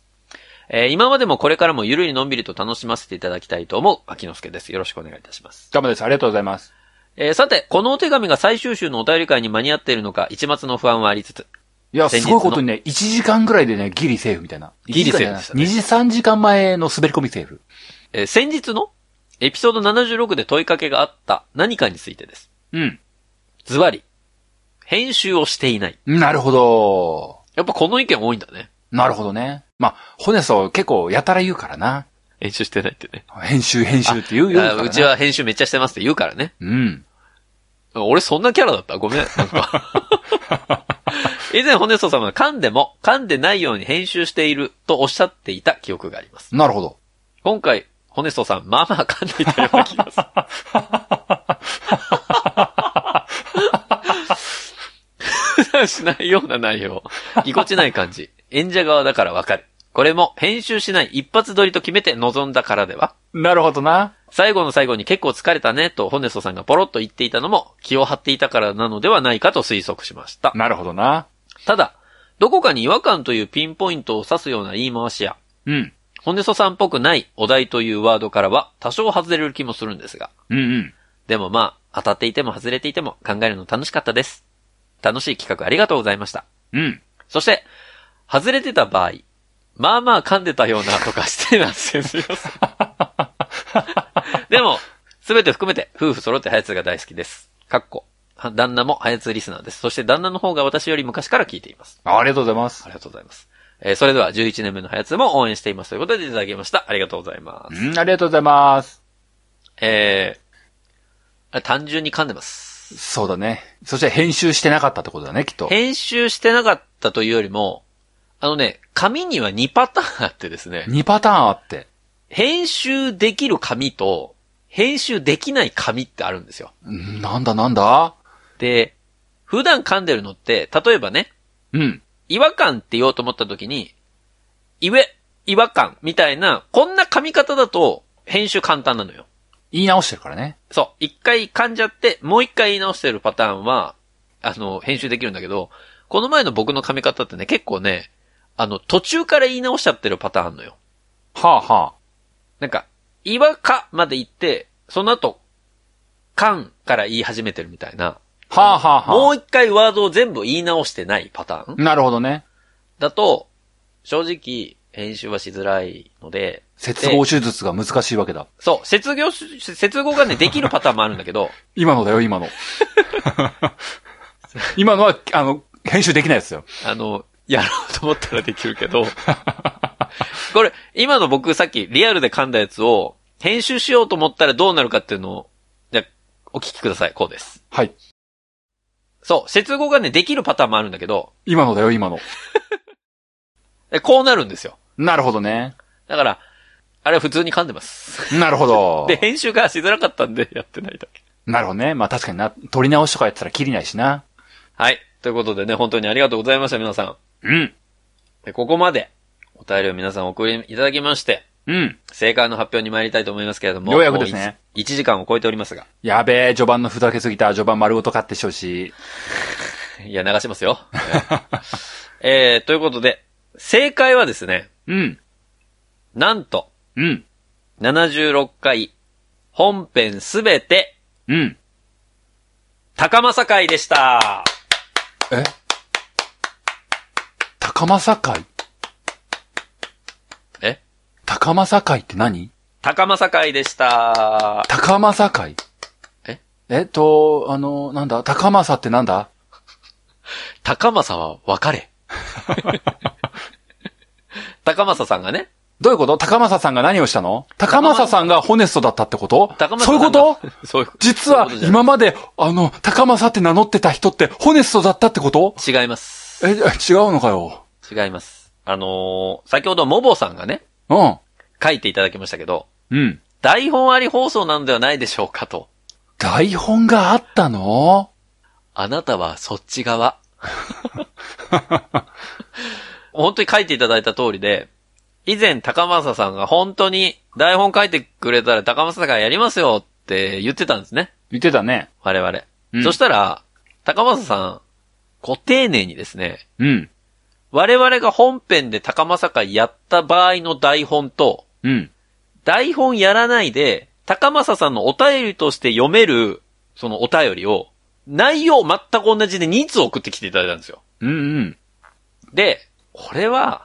Speaker 1: えー、今までもこれからもゆるいのんびりと楽しませていただきたいと思う秋之助です。よろしくお願いいたします。
Speaker 2: ダメです。ありがとうございます。
Speaker 1: えー、さて、このお手紙が最終週のお便り会に間に合っているのか、一抹の不安はありつつ、
Speaker 2: いや、
Speaker 1: 先日
Speaker 2: す
Speaker 1: の
Speaker 2: ごいことにね、1時間ぐらいでね、ギリセーフみたいな。
Speaker 1: ギリセーフでしたね
Speaker 2: 2時3時間前の滑り込みセーフ。
Speaker 1: えー先日のエピソード76で問いかけがあった何かについてです。
Speaker 2: うん。
Speaker 1: ズバリ、編集をしていない。
Speaker 2: なるほど。
Speaker 1: やっぱこの意見多いんだね。
Speaker 2: なるほどね。まあ、ホネスは結構やたら言うからな。
Speaker 1: 編集してないってね。
Speaker 2: 編集、編集って言うよ。
Speaker 1: あうち。は編集めっちゃしてますって言うからね。
Speaker 2: うん。
Speaker 1: 俺そんなキャラだったごめん。なんか以前、ホネスト様が噛んでも噛んでないように編集しているとおっしゃっていた記憶があります。
Speaker 2: なるほど。
Speaker 1: 今回、ホネストさん、まあまあ噛んでいたような気がする。普段しないような内容。ぎこちない感じ。演者側だからわかる。これも編集しない一発撮りと決めて臨んだからでは
Speaker 2: なるほどな。
Speaker 1: 最後の最後に結構疲れたねとホネストさんがポロッと言っていたのも気を張っていたからなのではないかと推測しました。
Speaker 2: なるほどな。
Speaker 1: ただ、どこかに違和感というピンポイントを指すような言い回しや、
Speaker 2: うん。
Speaker 1: ホネソさんっぽくないお題というワードからは多少外れる気もするんですが。
Speaker 2: うんうん。
Speaker 1: でもまあ、当たっていても外れていても考えるの楽しかったです。楽しい企画ありがとうございました。
Speaker 2: うん。
Speaker 1: そして、外れてた場合、まあまあ噛んでたよう なとか失礼な先生です。でも、すべて含めて夫婦揃ってハヤツが大好きです。かっこ。は旦那もハヤツリスナーです。そして旦那の方が私より昔から聞いています。
Speaker 2: ありがとうございま
Speaker 1: あ
Speaker 2: す。
Speaker 1: りがとうございます。えーそれでは11年目のハヤツも応援していますということでいただきました。ありがとうございます。
Speaker 2: うん、ありがとうございます。
Speaker 1: えーあ単純に噛んでます。
Speaker 2: そうだね。そして編集してなかったってことだね、きっと。
Speaker 1: 編集してなかったというよりも、あのね、紙には2パターンあってですね。
Speaker 2: 2パターンあって。
Speaker 1: 編集できる紙と、編集できない紙ってあるんですよ。
Speaker 2: うんなんだなんだ
Speaker 1: で、普段噛んでるのって、例えばね、
Speaker 2: うん。
Speaker 1: 違和感って言おうと思った時に、いえ、違和感みたいな、こんな噛み方だと、編集簡単なのよ。
Speaker 2: 言い直してるからね。
Speaker 1: そう。一回噛んじゃって、もう一回言い直してるパターンは、あの、編集できるんだけど、この前の僕の噛み方ってね、結構ね、あの、途中から言い直しちゃってるパターンあんのよ。
Speaker 2: はあはあ。
Speaker 1: なんか、いわかまで言って、その後、かんから言い始めてるみたいな。
Speaker 2: はあはあはあ。
Speaker 1: もう一回ワードを全部言い直してないパターン
Speaker 2: なるほどね。
Speaker 1: だと、正直、編集はしづらいので、
Speaker 2: 接合手術が難しいわけだ。
Speaker 1: そう、接業し、接合がね、できるパターンもあるんだけど、
Speaker 2: 今のだよ、 今の。今のは、あの、編集できないですよ。
Speaker 1: あの、やろうと思ったらできるけ ど、これ、今の僕さっきリアルで噛んだやつを、編集しようと思ったらどうなるかっていうのを、じゃあお聞きください。こうです。
Speaker 2: はい。
Speaker 1: そう、接合がね、できるパターンもあるんだけど、
Speaker 2: 今のだよ、今の。
Speaker 1: えこうなるんですよ。
Speaker 2: なるほどね。
Speaker 1: だから、あれは普通に噛んでます。
Speaker 2: なるほど。
Speaker 1: で、編集がしづらかったんでやってないだけ。
Speaker 2: なるほどね。まあ確かにな、撮り直しとかやってたら切りないしな。
Speaker 1: はい。ということでね、本当にありがとうございました、皆さん
Speaker 2: うん。
Speaker 1: で。ここまで、お便りを皆さんお送りいただきまして、
Speaker 2: うん。
Speaker 1: 正解の発表に参りたいと思いますけれども。
Speaker 2: ようやくですね
Speaker 1: もういち。1時間を超えておりますが。
Speaker 2: やべえ、序盤のふざけすぎた、序盤丸ごと買ってしょうし。
Speaker 1: いや、流しますよ。 えー、ということで、正解はですね、
Speaker 2: うん。
Speaker 1: なんと、
Speaker 2: うん。
Speaker 1: 76回、本編すべて、
Speaker 2: うん。
Speaker 1: 高政会でした。
Speaker 2: え高政会
Speaker 1: え
Speaker 2: 高政会って何
Speaker 1: 高政会でした。
Speaker 2: 高政会
Speaker 1: え
Speaker 2: えっと、あの、なんだ高政ってなんだ
Speaker 1: 高政は別 れ。高政さんがね。
Speaker 2: どういうこと高政さんが何をしたの高政さんがホネストだったってこと
Speaker 1: 高政
Speaker 2: そういう
Speaker 1: さ
Speaker 2: こ
Speaker 1: んが
Speaker 2: と
Speaker 1: そういう
Speaker 2: 実は
Speaker 1: そういうことじゃな
Speaker 2: 今まで、あの、高政って名乗ってた人ってホネストだったってこと
Speaker 1: い違います。
Speaker 2: え、違うのかよ。
Speaker 1: 違います。あのー先ほどモボさんがね、
Speaker 2: うん。
Speaker 1: 書いていただきましたけど、
Speaker 2: うん。
Speaker 1: 台本あり放送なんではないでしょうかと。
Speaker 2: 台本があったの
Speaker 1: あなたはそっち 側。本当に書いていただいた通りで、以前高政さんが本当に台本書いてくれたら高政がやりますよって言ってたんですね。
Speaker 2: 言ってたね。
Speaker 1: 我々。
Speaker 2: うん
Speaker 1: そしたら、高政さん、ご丁寧にですね、
Speaker 2: うん。
Speaker 1: 我々が本編で高政会やった場合の台本と、
Speaker 2: うん。
Speaker 1: 台本やらないで、高政さんのお便りとして読める、そのお便りを、内容全く同じで2通送ってきていただいたんですよ。
Speaker 2: うんうん。
Speaker 1: で、これは、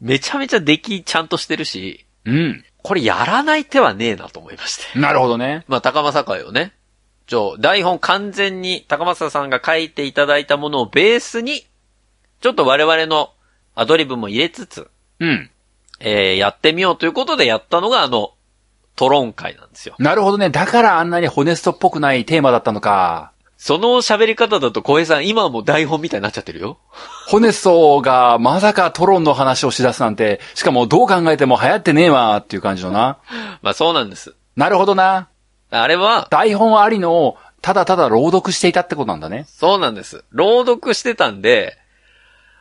Speaker 1: めちゃめちゃ出来ちゃんとしてるし、
Speaker 2: うん。
Speaker 1: これやらない手はねえなと思いまして。
Speaker 2: なるほどね。
Speaker 1: まあ、高政会をね、じゃあ、台本完全に高政さんが書いていただいたものをベースに、ちょっと我々のアドリブも入れつつ、
Speaker 2: うん。
Speaker 1: えー、やってみようということでやったのが、あの、トロン会なんですよ。
Speaker 2: なるほどね。だからあんなにホネストっぽくないテーマだったのか。
Speaker 1: その喋り方だと小平さん、今はもう台本みたいになっちゃってるよ。
Speaker 2: ホネストがまさかトロンの話をしだすなんて、しかもどう考えても流行ってねえわっていう感じのな。
Speaker 1: まあそうなんです。
Speaker 2: なるほどな。
Speaker 1: あれは、
Speaker 2: 台本ありのをただただ朗読していたってことなんだね。
Speaker 1: そうなんです。朗読してたんで、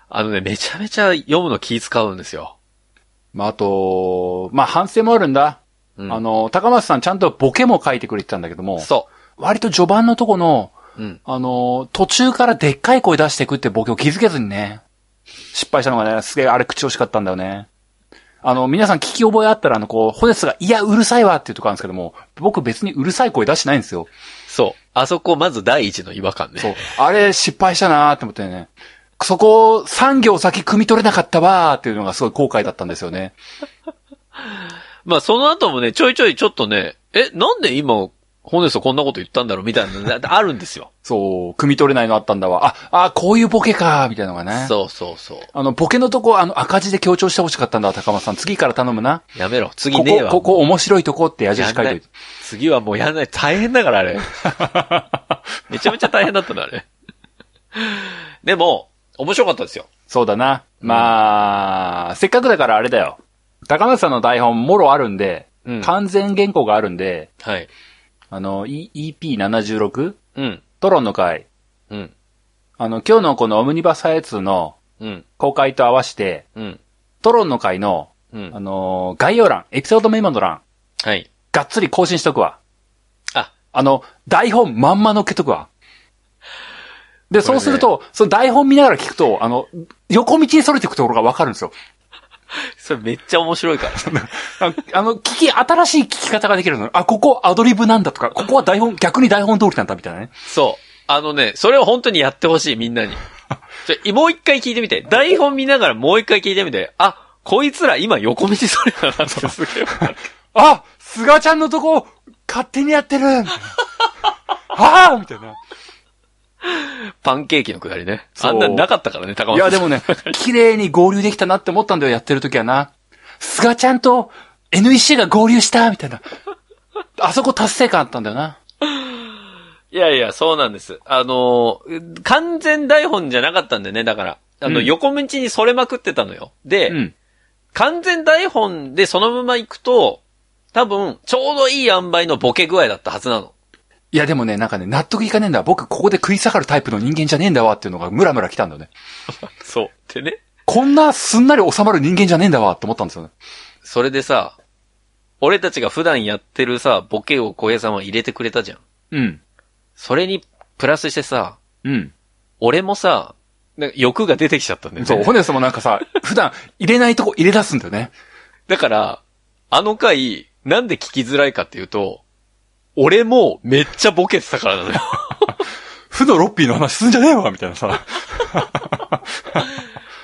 Speaker 1: あのね、めちゃめちゃ読むの気使うんですよ。
Speaker 2: まあ、あと、まあ、反省もあるんだ。
Speaker 1: うん、
Speaker 2: あの、高松さんちゃんとボケも書いてくれてたんだけども、
Speaker 1: そ
Speaker 2: 割と序盤のとこの、
Speaker 1: う。うん。
Speaker 2: あのー、途中からでっかい声出していくってボケを気づけずにね、失敗したのがね、すげえあれ口惜しかったんだよね。あの、皆さん聞き覚えあったら、あの、こう、ホネスが、いや、うるさいわっていうとこあるんですけども、僕別にうるさい声出してないんですよ。
Speaker 1: そう。あそこ、まず第一の違和感ね。
Speaker 2: そう。あれ、失敗したなーって思ってね。そこ、産業先汲み取れなかったわーっていうのがすごい後悔だったんですよね。
Speaker 1: まあ、その後もね、ちょいちょいちょっとね、え、なんで今、ホネストこんなこと言ったんだろうみたいなのがあるんですよ。
Speaker 2: そう、汲み取れないのあったんだわ。あ、あ、こういうボケかーみたいなのがね。
Speaker 1: そうそうそう。
Speaker 2: あの、ボケのとこ、あの、赤字で強調してほしかったんだ、高松さん。次から頼むな。
Speaker 1: やめろ。次
Speaker 2: こ
Speaker 1: ねえ
Speaker 2: こ、
Speaker 1: わ。
Speaker 2: ここ面白いとこって矢印書い
Speaker 1: や
Speaker 2: と
Speaker 1: ん
Speaker 2: い
Speaker 1: な
Speaker 2: て。
Speaker 1: 次はもうやんない。大変だから、あれ。めちゃめちゃ大変だったな、あれ。でも、面白かったですよ。
Speaker 2: そうだな。まあ、せっかくだからあれだよ。高松さんの台本、もろあるんで、
Speaker 1: うん
Speaker 2: 完全原稿があるんで、
Speaker 1: はい。
Speaker 2: あの、E- EP76、
Speaker 1: うん。
Speaker 2: トロンの回、
Speaker 1: うん。
Speaker 2: あの、今日のこのオムニバスハイツの
Speaker 1: うん。
Speaker 2: 公開と合わせて、
Speaker 1: うん。
Speaker 2: トロンの回の、
Speaker 1: うん
Speaker 2: あ。のー概要欄、エピソードメモの欄、
Speaker 1: はい。
Speaker 2: がっつり更新しとくわ。
Speaker 1: あ、
Speaker 2: あの、台本まんま乗っけとくわ。で、そうすると、その台本見ながら聞くと、あの、横道に逸れていくところがわかるんですよ。
Speaker 1: それめっちゃ面白いから。
Speaker 2: ああの、聞き、新しい聞き方ができるの。あ、ここアドリブなんだとか、ここは台本、逆に台本通りなんだみたいなね。
Speaker 1: そう。あのね、それを本当にやってほしい、みんな に。ちょ、もう一回聞いてみて。台本見ながらもう一回聞いてみて。あ、こいつら今横道それだなってすげえわかる。
Speaker 2: あ菅ちゃんのとこ、勝手にやってるああみたいな。
Speaker 1: パンケーキのくだりね。
Speaker 2: そう
Speaker 1: あんなんなかったからね、高松
Speaker 2: い
Speaker 1: さ
Speaker 2: や、
Speaker 1: ん。
Speaker 2: でも ね、綺麗に合流できたなって思ったんだよ、やってる時はな。菅ちゃんと NEC が合流したみたいな。あそこ達成感あったんだよな。
Speaker 1: いやいや、そうなんです。あのー完全台本じゃなかったんでね、だから。あの、
Speaker 2: うん
Speaker 1: 横道にそれまくってたのよ。で、
Speaker 2: うん。
Speaker 1: 完全台本でそのまま行くと、多分、ちょうどいい塩梅のボケ具合だったはずなの。
Speaker 2: いや、でもね、なんかね、納得いかねえんだ。僕、ここで食い下がるタイプの人間じゃねえんだわっていうのがムラムラ来たんだよね。
Speaker 1: そう。でね。
Speaker 2: こんなすんなり収まる人間じゃねえんだわって思ったんですよね。
Speaker 1: それでさ、俺たちが普段やってるさ、ボケを小平さんは入れてくれたじゃん。
Speaker 2: うん。
Speaker 1: それに、プラスしてさ、
Speaker 2: うん。
Speaker 1: 俺もさ、なんか欲が出てきちゃったんだよね。
Speaker 2: そう、ホネスもなんかさ、普段入れないとこ入れ出すんだよね。
Speaker 1: だから、あの回、なんで聞きづらいかっていうと、俺もめっちゃボケてたからなのよ。
Speaker 2: 負のロッピーの話すんじゃねえわみたいなさ。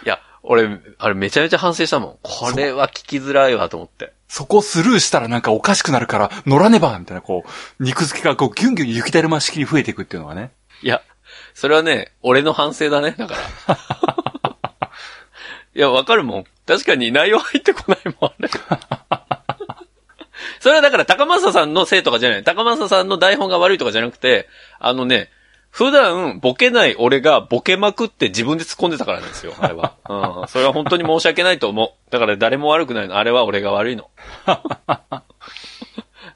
Speaker 1: いや、俺、あれめちゃめちゃ反省したもん。これは聞きづらいわと思って。
Speaker 2: そこスルーしたらなんかおかしくなるから乗らねばみたいな、こう、肉付けがこうギュンギュン雪だるま式に増えていくっていうのがね。
Speaker 1: いや、それはね、俺の反省だね、だから。いや、わかるもん。確かに内容入ってこないもん、あれ。 それはだから高政さんのせいとかじゃない。高政さんの台本が悪いとかじゃなくて、あのね、普段ボケない俺がボケまくって自分で突っ込んでたからなんですよ、あれは。うん。それは本当に申し訳ないと思う。だから誰も悪くないの。あれは俺が悪いの。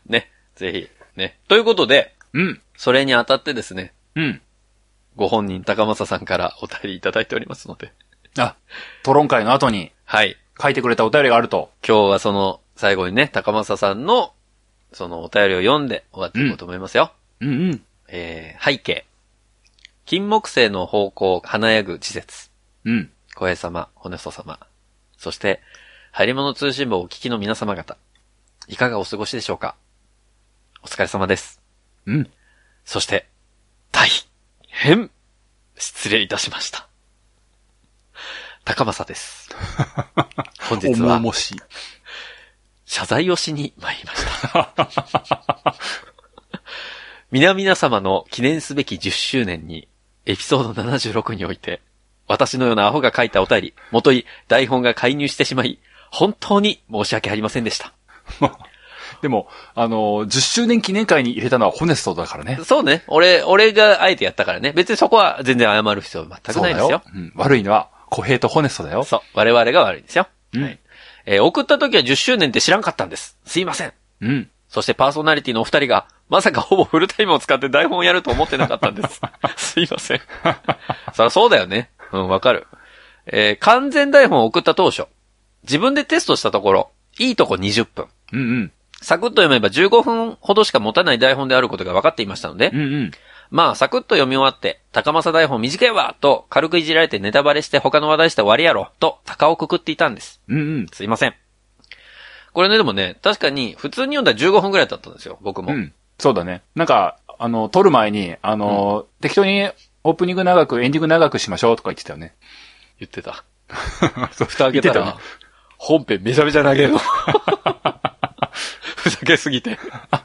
Speaker 1: ね、ぜひ。ね。ということで、
Speaker 2: うん。
Speaker 1: それにあたってですね、
Speaker 2: うん。
Speaker 1: ご本人高政さんからお便りいただいておりますので。
Speaker 2: あ、トロン会の後に
Speaker 1: はい。
Speaker 2: 書いてくれたお便りがあると。
Speaker 1: 今日はその、最後にね、高政さんの、そのお便りを読んで終わっていこうと思いますよ。
Speaker 2: うんうん。
Speaker 1: えー、背景。金木犀の方向、華やぐ季節。
Speaker 2: うん。
Speaker 1: 小平様、骨祖様。そして、入り物通信部をお聞きの皆様方。いかがお過ごしでしょうかお疲れ様です。
Speaker 2: うん。
Speaker 1: そして、大変失礼いたしました。高政 です。本日は
Speaker 2: 重々しい。
Speaker 1: 謝罪をしに参りました。 皆々様の記念すべき10周年に、エピソード76において、私のようなアホが書いたお便り、もとい台本が介入してしまい、本当に申し訳ありませんでした。
Speaker 2: でも、あのー、10周年記念会に入れたのはホネストだからね。
Speaker 1: そうね。俺、俺があえてやったからね。別にそこは全然謝る必要は全くないですよ。
Speaker 2: そうだうん悪いのは、小平とホネストだよ。
Speaker 1: そう。我々が悪いんですよ。
Speaker 2: うん
Speaker 1: はい。えー送った時は10周年って知らんかったんです。すいません。
Speaker 2: うん。
Speaker 1: そしてパーソナリティのお二人が、まさかほぼフルタイムを使って台本をやると思ってなかったん です。すいません。そりゃそうだよね。うん、わかる。えー完全台本を送った当初、自分でテストしたところ、いいとこ20分。
Speaker 2: うんうん。
Speaker 1: サクッと読めば15分ほどしか持たない台本であることが分かっていましたので
Speaker 2: う、んうん。
Speaker 1: まあ、サクッと読み終わって、高政台本短いわと、軽くいじられてネタバレして他の話題して終わりやろと、高をくくっていたんです。
Speaker 2: うんうん。
Speaker 1: すいません。これね、でもね、確かに、普通に読んだら15分くらいだったんですよ、僕も。
Speaker 2: うん。そうだね。なんか、あの、撮る前に、あの、適当にオープニング長く、エンディング長くしましょうとか言ってたよね。
Speaker 1: 言ってた。
Speaker 2: そう、
Speaker 1: 蓋開けたら、
Speaker 2: 言って
Speaker 1: 本編めちゃめちゃ投げるの。 ふざけすぎて。
Speaker 2: たね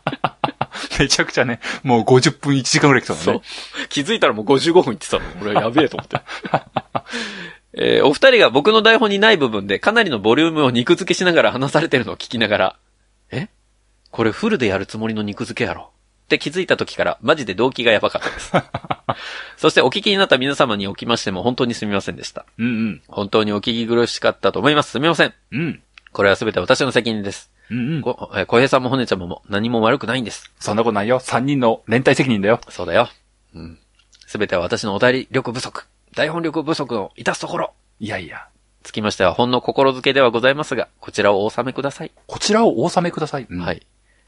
Speaker 2: めちゃくちゃね、もう50分1時間ぐらい来た
Speaker 1: そ
Speaker 2: の
Speaker 1: う
Speaker 2: ね。。
Speaker 1: 気づいたらもう55分言ってたの。俺やべえと思って。 えーお二人が僕の台本にない部分でかなりのボリュームを肉付けしながら話されてるのを聞きながら、えこれフルでやるつもりの肉付けやろって気づいた時からマジで動機がやばかった です。そしてお聞きになった皆様におきましても本当にすみませんでした。
Speaker 2: うん
Speaker 1: 本当にお聞き苦しかったと思います。すみません。
Speaker 2: うん。うん。
Speaker 1: これは全て私の責任です。
Speaker 2: うんうん。
Speaker 1: こ、えー小平さんも骨ちゃんも何も悪くないんです。
Speaker 2: そんなことないよ。3人の連帯責任だよ。
Speaker 1: そうだよ。うん。すべては私のお便り力不足、台本力不足のいたすところ。
Speaker 2: いやいや。
Speaker 1: つきましてはほんの心づけではございますが、こちらをお納めください。
Speaker 2: こちらをお納めください。うん
Speaker 1: は。い。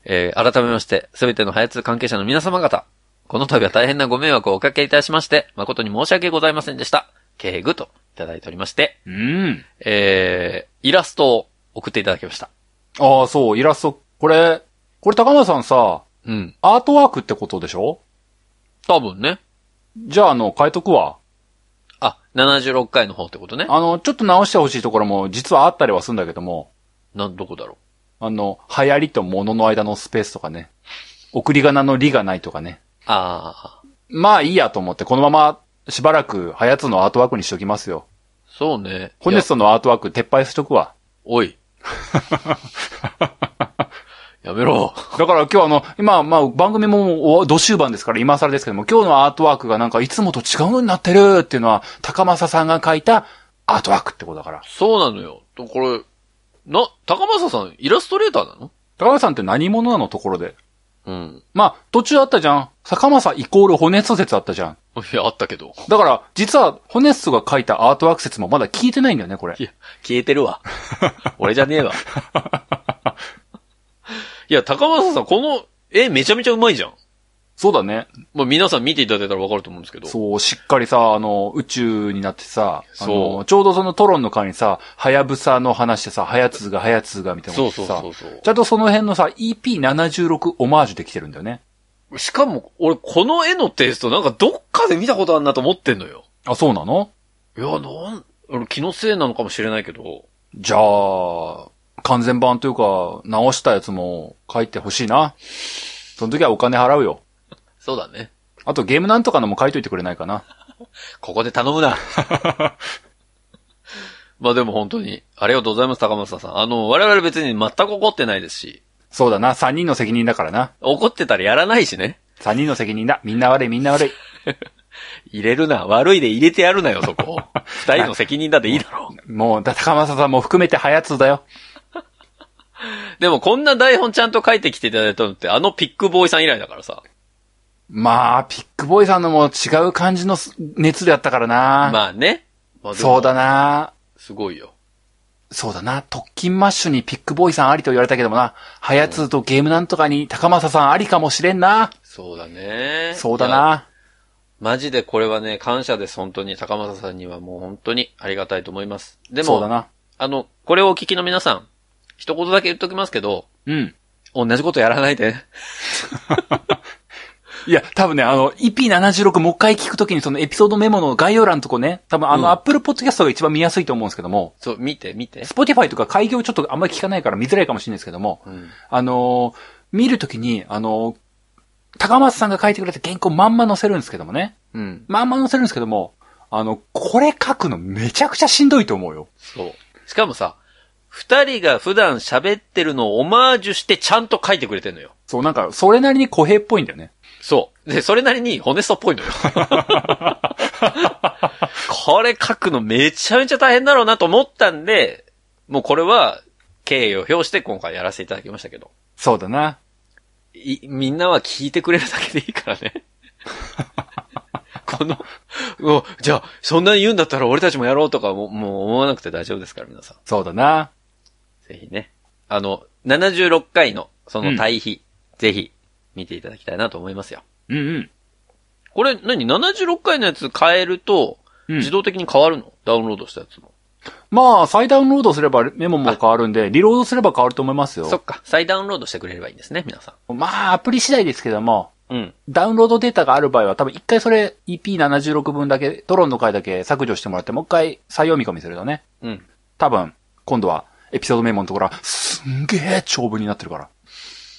Speaker 1: えー、改めまして、すべてのハヤツ関係者の皆様方、この度は大変なご迷惑をおかけいたしまして、誠に申し訳ございませんでした。敬具といただいておりまして、
Speaker 2: うん。
Speaker 1: えー、イラストを送っていただきました。
Speaker 2: ああ、そう、イラスト。これ、これ高野さんさ、
Speaker 1: うん。
Speaker 2: アートワークってことでしょ
Speaker 1: 多分ね。
Speaker 2: じゃあ、あの、変えとくわ。
Speaker 1: あ、76回の方ってことね。
Speaker 2: あの、ちょっと直してほしいところも、実はあったりはするんだけども、
Speaker 1: なん、どこだろ
Speaker 2: あの、流行りと物の間のスペースとかね。送り仮名の理がないとかね。
Speaker 1: う。あー、
Speaker 2: まあいいやと思って、このまましばらく、ハヤツのアートワークにしときますよ。
Speaker 1: そうね。
Speaker 2: ホネストのアートワーク撤廃しとくわ。
Speaker 1: お い。やめろ。
Speaker 2: だから今日あの、今、まあ番組ももう、ど終盤ですから、今更ですけども、今日のアートワークがなんかいつもと違うのになってるっていうのは、高政さんが書いたアートワークってことだから。
Speaker 1: そうなのよ。とこれ、な、高政さん、イラストレーターなの
Speaker 2: 高政さんって何者なのところで。
Speaker 1: うん。
Speaker 2: まあ、途中あったじゃん。坂政イコールホネスト説あったじゃん。
Speaker 1: いや、あったけど。
Speaker 2: だから、実は、ホネストが書いたアートワーク説もまだ聞いてないんだよね、こ れ
Speaker 1: い。や、消えてる わ。俺じゃねえわ。 いや、高政さん、この絵めちゃめちゃうまいじゃん。
Speaker 2: そうだね。
Speaker 1: まあ、皆さん見ていただいたらわかると思うんですけど。
Speaker 2: そう、しっかりさ、あの、宇宙になってさ、あ
Speaker 1: そ
Speaker 2: の、ちょうどそのトロンの間にさ、はやぶさの話でさ、はやつがはやつがみたいな
Speaker 1: そ
Speaker 2: の
Speaker 1: う
Speaker 2: があ
Speaker 1: そ
Speaker 2: っ
Speaker 1: う
Speaker 2: てさ
Speaker 1: そうそう
Speaker 2: ちゃんとその辺のさ、EP76 オマージュできてるんだよね。
Speaker 1: しかも、俺、この絵のテイスト、なんかどっかで見たことあるなと思ってんのよ。
Speaker 2: あ、そうなの
Speaker 1: いや、なん、俺気のせいなのかもしれないけど。
Speaker 2: じゃあ、完全版というか、直したやつも書いてほしいな。その時はお金払うよ。
Speaker 1: そうだね。
Speaker 2: あとゲームなんとかのも書いといてくれないかな。
Speaker 1: ここで頼むな。 まあでも本当に、ありがとうございます、高松さん。あの、我々別に全く怒ってないですし、
Speaker 2: そうだな、三人の責任だからな。
Speaker 1: 怒ってたらやらないしね。
Speaker 2: 三人の責任だ。みんな悪い、みんな悪い。
Speaker 1: 入れるな。悪いで入れてやるなよ、そ こ。二人の責任だっていいだろ
Speaker 2: もう、だ高政さんも含めてはやつだよ。
Speaker 1: う。でもこんな台本ちゃんと書いてきていただいたのって、あのピックボーイさん以来だからさ。
Speaker 2: まあ、ピックボーイさんのも違う感じのす熱量やったからな。
Speaker 1: まあね。まあでも
Speaker 2: そうだ。な。
Speaker 1: すごいよ。
Speaker 2: そうだな。特勤マッシュにピックボーイさんありと言われたけどもな。はやつとゲームなんとかに高政さんありかもしれんな。
Speaker 1: そうだね。
Speaker 2: そうだ
Speaker 1: いや。
Speaker 2: な。
Speaker 1: マジでこれはね、感謝です、本当に。高松さんにはもう本当にありがたいと思います。でも、
Speaker 2: そうだな。
Speaker 1: あの、これをお聞きの皆さん、一言だけ言っときますけど、
Speaker 2: うん。
Speaker 1: 同じことやらないで。
Speaker 2: いや、多分ね、あの、EP76 もう一回聞くときにそのエピソードメモの概要欄のとこね、多分あ
Speaker 1: うん
Speaker 2: の、Apple Podcast が一番見やすいと思うんですけども、
Speaker 1: そう、見て、見て。
Speaker 2: Spotify とか開業ちょっとあんまり聞かないから見づらいかもしれないですけども、
Speaker 1: うん。
Speaker 2: あのー見るときに、あのー高松さんが書いてくれた原稿まんま載せるんですけどもね。
Speaker 1: うん。
Speaker 2: まんま載せるんですけども、あの、これ書くのめちゃくちゃしんどいと思うよ。
Speaker 1: そう。しかもさ、二人が普段喋ってるのをオマージュしてちゃんと書いてくれてんのよ。
Speaker 2: そう、なんか、それなりに小平っぽいんだよね。
Speaker 1: そう。で、それなりにホネストっぽ いのよ。これ書くのめちゃめちゃ大変だろうなと思ったんで、もうこれは敬意を表して今回やらせていただきましたけど。
Speaker 2: そうだな。
Speaker 1: い、みんなは聞いてくれるだけでいいからね。 この、うおじゃあ、そんなに言うんだったら俺たちもやろうとかも、もう思わなくて大丈夫ですから、皆さん。
Speaker 2: そうだな。
Speaker 1: ぜひね。あの、76回の、その対比、ぜひ、見ていただきたいなと思いますよ。
Speaker 2: うんうん。
Speaker 1: これ何、?76 回のやつ変えると、
Speaker 2: うん
Speaker 1: 自動的に変わるの、ダウンロードしたやつも。
Speaker 2: まあ、再ダウンロードすればメモも変わるんで、リロードすれば変わると思います
Speaker 1: そ
Speaker 2: よ。
Speaker 1: っか。再ダウンロードしてくれればいいんですね、皆さ
Speaker 2: まあ、アプリ次第ですけども、
Speaker 1: ん。うん。
Speaker 2: ダウンロードデータがある場合は、多分一回それ EP76 分だけ、トロンの回だけ削除してもらって、もう一回再読み込みするとね、
Speaker 1: うん。
Speaker 2: 多分、今度はエピソードメモのところは、すんげえ長文になってるから。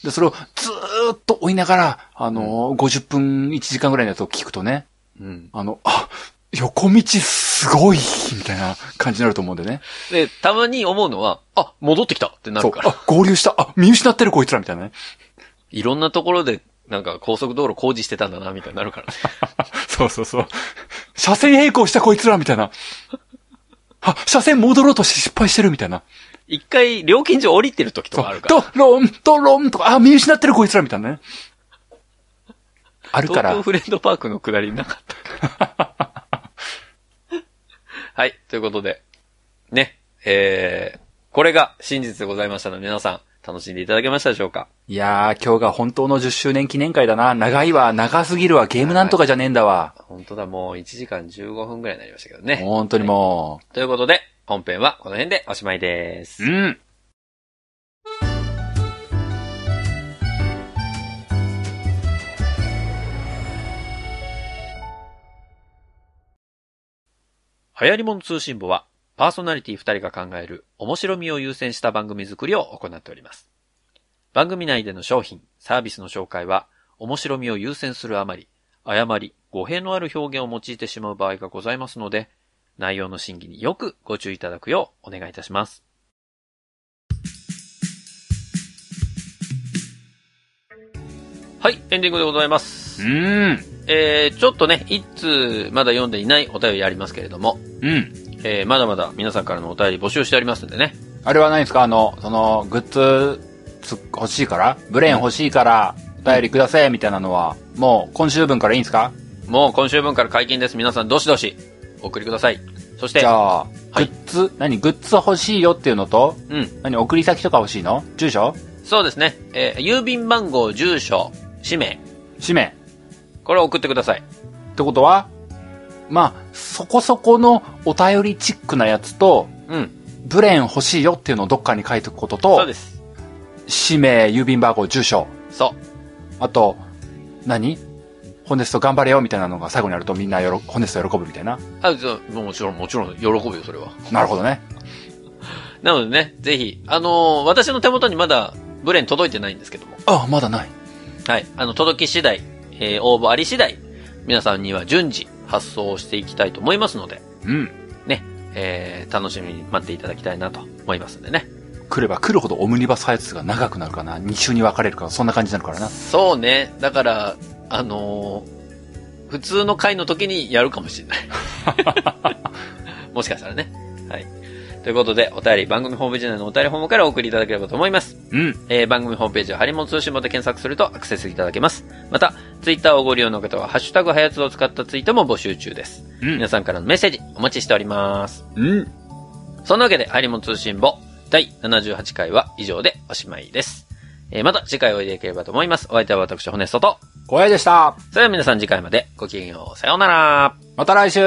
Speaker 2: で、それをずーっと追いながら、あのー50分1時間ぐらいのやつを聞くとね、
Speaker 1: うん。
Speaker 2: あの、あ、横道すごいみたいな感じになると思うんでね。
Speaker 1: で、たまに思うのは、あ、戻ってきたってなる
Speaker 2: そう。
Speaker 1: から。
Speaker 2: あ、合流した。あ、見失ってるこいつらみたいなね。
Speaker 1: いろんなところで、なんか高速道路工事してたんだな、みたいになるからね。
Speaker 2: そうそうそう。車線並行したこいつらみたいな。あ、車線戻ろうとして失敗してるみたいな。
Speaker 1: 一回、料金所降りてる時とかあるから。
Speaker 2: ドロン、ドロンとか、あ、見失ってるこいつらみたいなね。あるか
Speaker 1: 東
Speaker 2: ら
Speaker 1: 京。フレンドパークの下りなかったから。はい、ということで。ね、えー、これが真実でございましたので、皆さん、楽しんでいただけましたでしょうか
Speaker 2: いやー、今日が本当の10周年記念会だな。長いわ、長すぎるわ、ゲームなんとかじゃねえんだわ。
Speaker 1: 本当だ、もう1時間15分くらいになりましたけどね。
Speaker 2: 本当にも
Speaker 1: ということで、本編はこの辺でおしまいです。
Speaker 2: う。うん。
Speaker 1: 流行り物通信簿は、パーソナリティ2人が考える面白みを優先した番組作りを行っております。番組内での商品、サービスの紹介は、面白みを優先するあまり、誤り、語弊のある表現を用いてしまう場合がございますので、内容の審議によくご注意いただくようお願いいたします。はい、エンディングでございます。
Speaker 2: うん。
Speaker 1: えー、ちょっとね、一通まだ読んでいないお便りありますけれども、
Speaker 2: うん。
Speaker 1: えー、まだまだ皆さんからのお便り募集しておりますんでね。
Speaker 2: あれはないんですかあの、その、グッズつ欲しいからブレーン欲しいから、お便りくださいみたいなのは、もう今週分からいいんですか
Speaker 1: もう今週分から解禁です。皆さんどしどしお送りください。そして
Speaker 2: じ、ゃあ、
Speaker 1: い
Speaker 2: グッズ、何グッズ欲しいよっていうのと、
Speaker 1: うん、
Speaker 2: 何送り先とか欲しいの住所
Speaker 1: そうですね。えー、郵便番号、住所、氏名、
Speaker 2: 氏名
Speaker 1: これを送ってください。
Speaker 2: ってことは、まあ、そこそこのお便りチックなやつと、
Speaker 1: うん、
Speaker 2: ブレーン欲しいよっていうのをどっかに書いておくこと
Speaker 1: そう
Speaker 2: と
Speaker 1: で、す。
Speaker 2: 氏名、郵便番号、住所、
Speaker 1: そ
Speaker 2: あと、何ホネスト頑張れよみたいなのが最後にあるとみんなよろホネスト喜ぶみたいな。
Speaker 1: う。あ、そうもちろん、もちろん、喜ぶよ、それは。
Speaker 2: なるほどね。
Speaker 1: なのでね、ぜひ、あのー私の手元にまだ、ブレン届いてないんですけども。
Speaker 2: ああ、まだない。
Speaker 1: はい。あの、届き次第、えー応募あり次第、皆さんには順次発送をしていきたいと思いますので、
Speaker 2: うん。
Speaker 1: ね、えー、楽しみに待っていただきたいなと思いますんでね。
Speaker 2: 来れば来るほどオムニバス配列が長くなるかな。2週に分かれるから、そんな感じになるからな。
Speaker 1: そうね。だから、あのー普通の回の時にやるかもしれない。もしかしたらね。はい。ということで、お便り、番組ホームページ内のお便りフォームからお送りいただければと思います。
Speaker 2: うん。
Speaker 1: えー、番組ホームページはハリモン通信簿で検索するとアクセスいただけます。また、ツイッターをご利用の方は、ハッシュタグはやつを使ったツイートも募集中です。
Speaker 2: うん
Speaker 1: 皆さんからのメッセージお待ちしております。
Speaker 2: うん。
Speaker 1: そんなわけで、ハリモン通信簿第78回は以上でおしまいです。えーまた次回おいでいければと思います。お相手は私、ホネストと。
Speaker 2: 小屋でした。
Speaker 1: それでは皆さん次回までごきげんよう。さようなら。
Speaker 2: また来週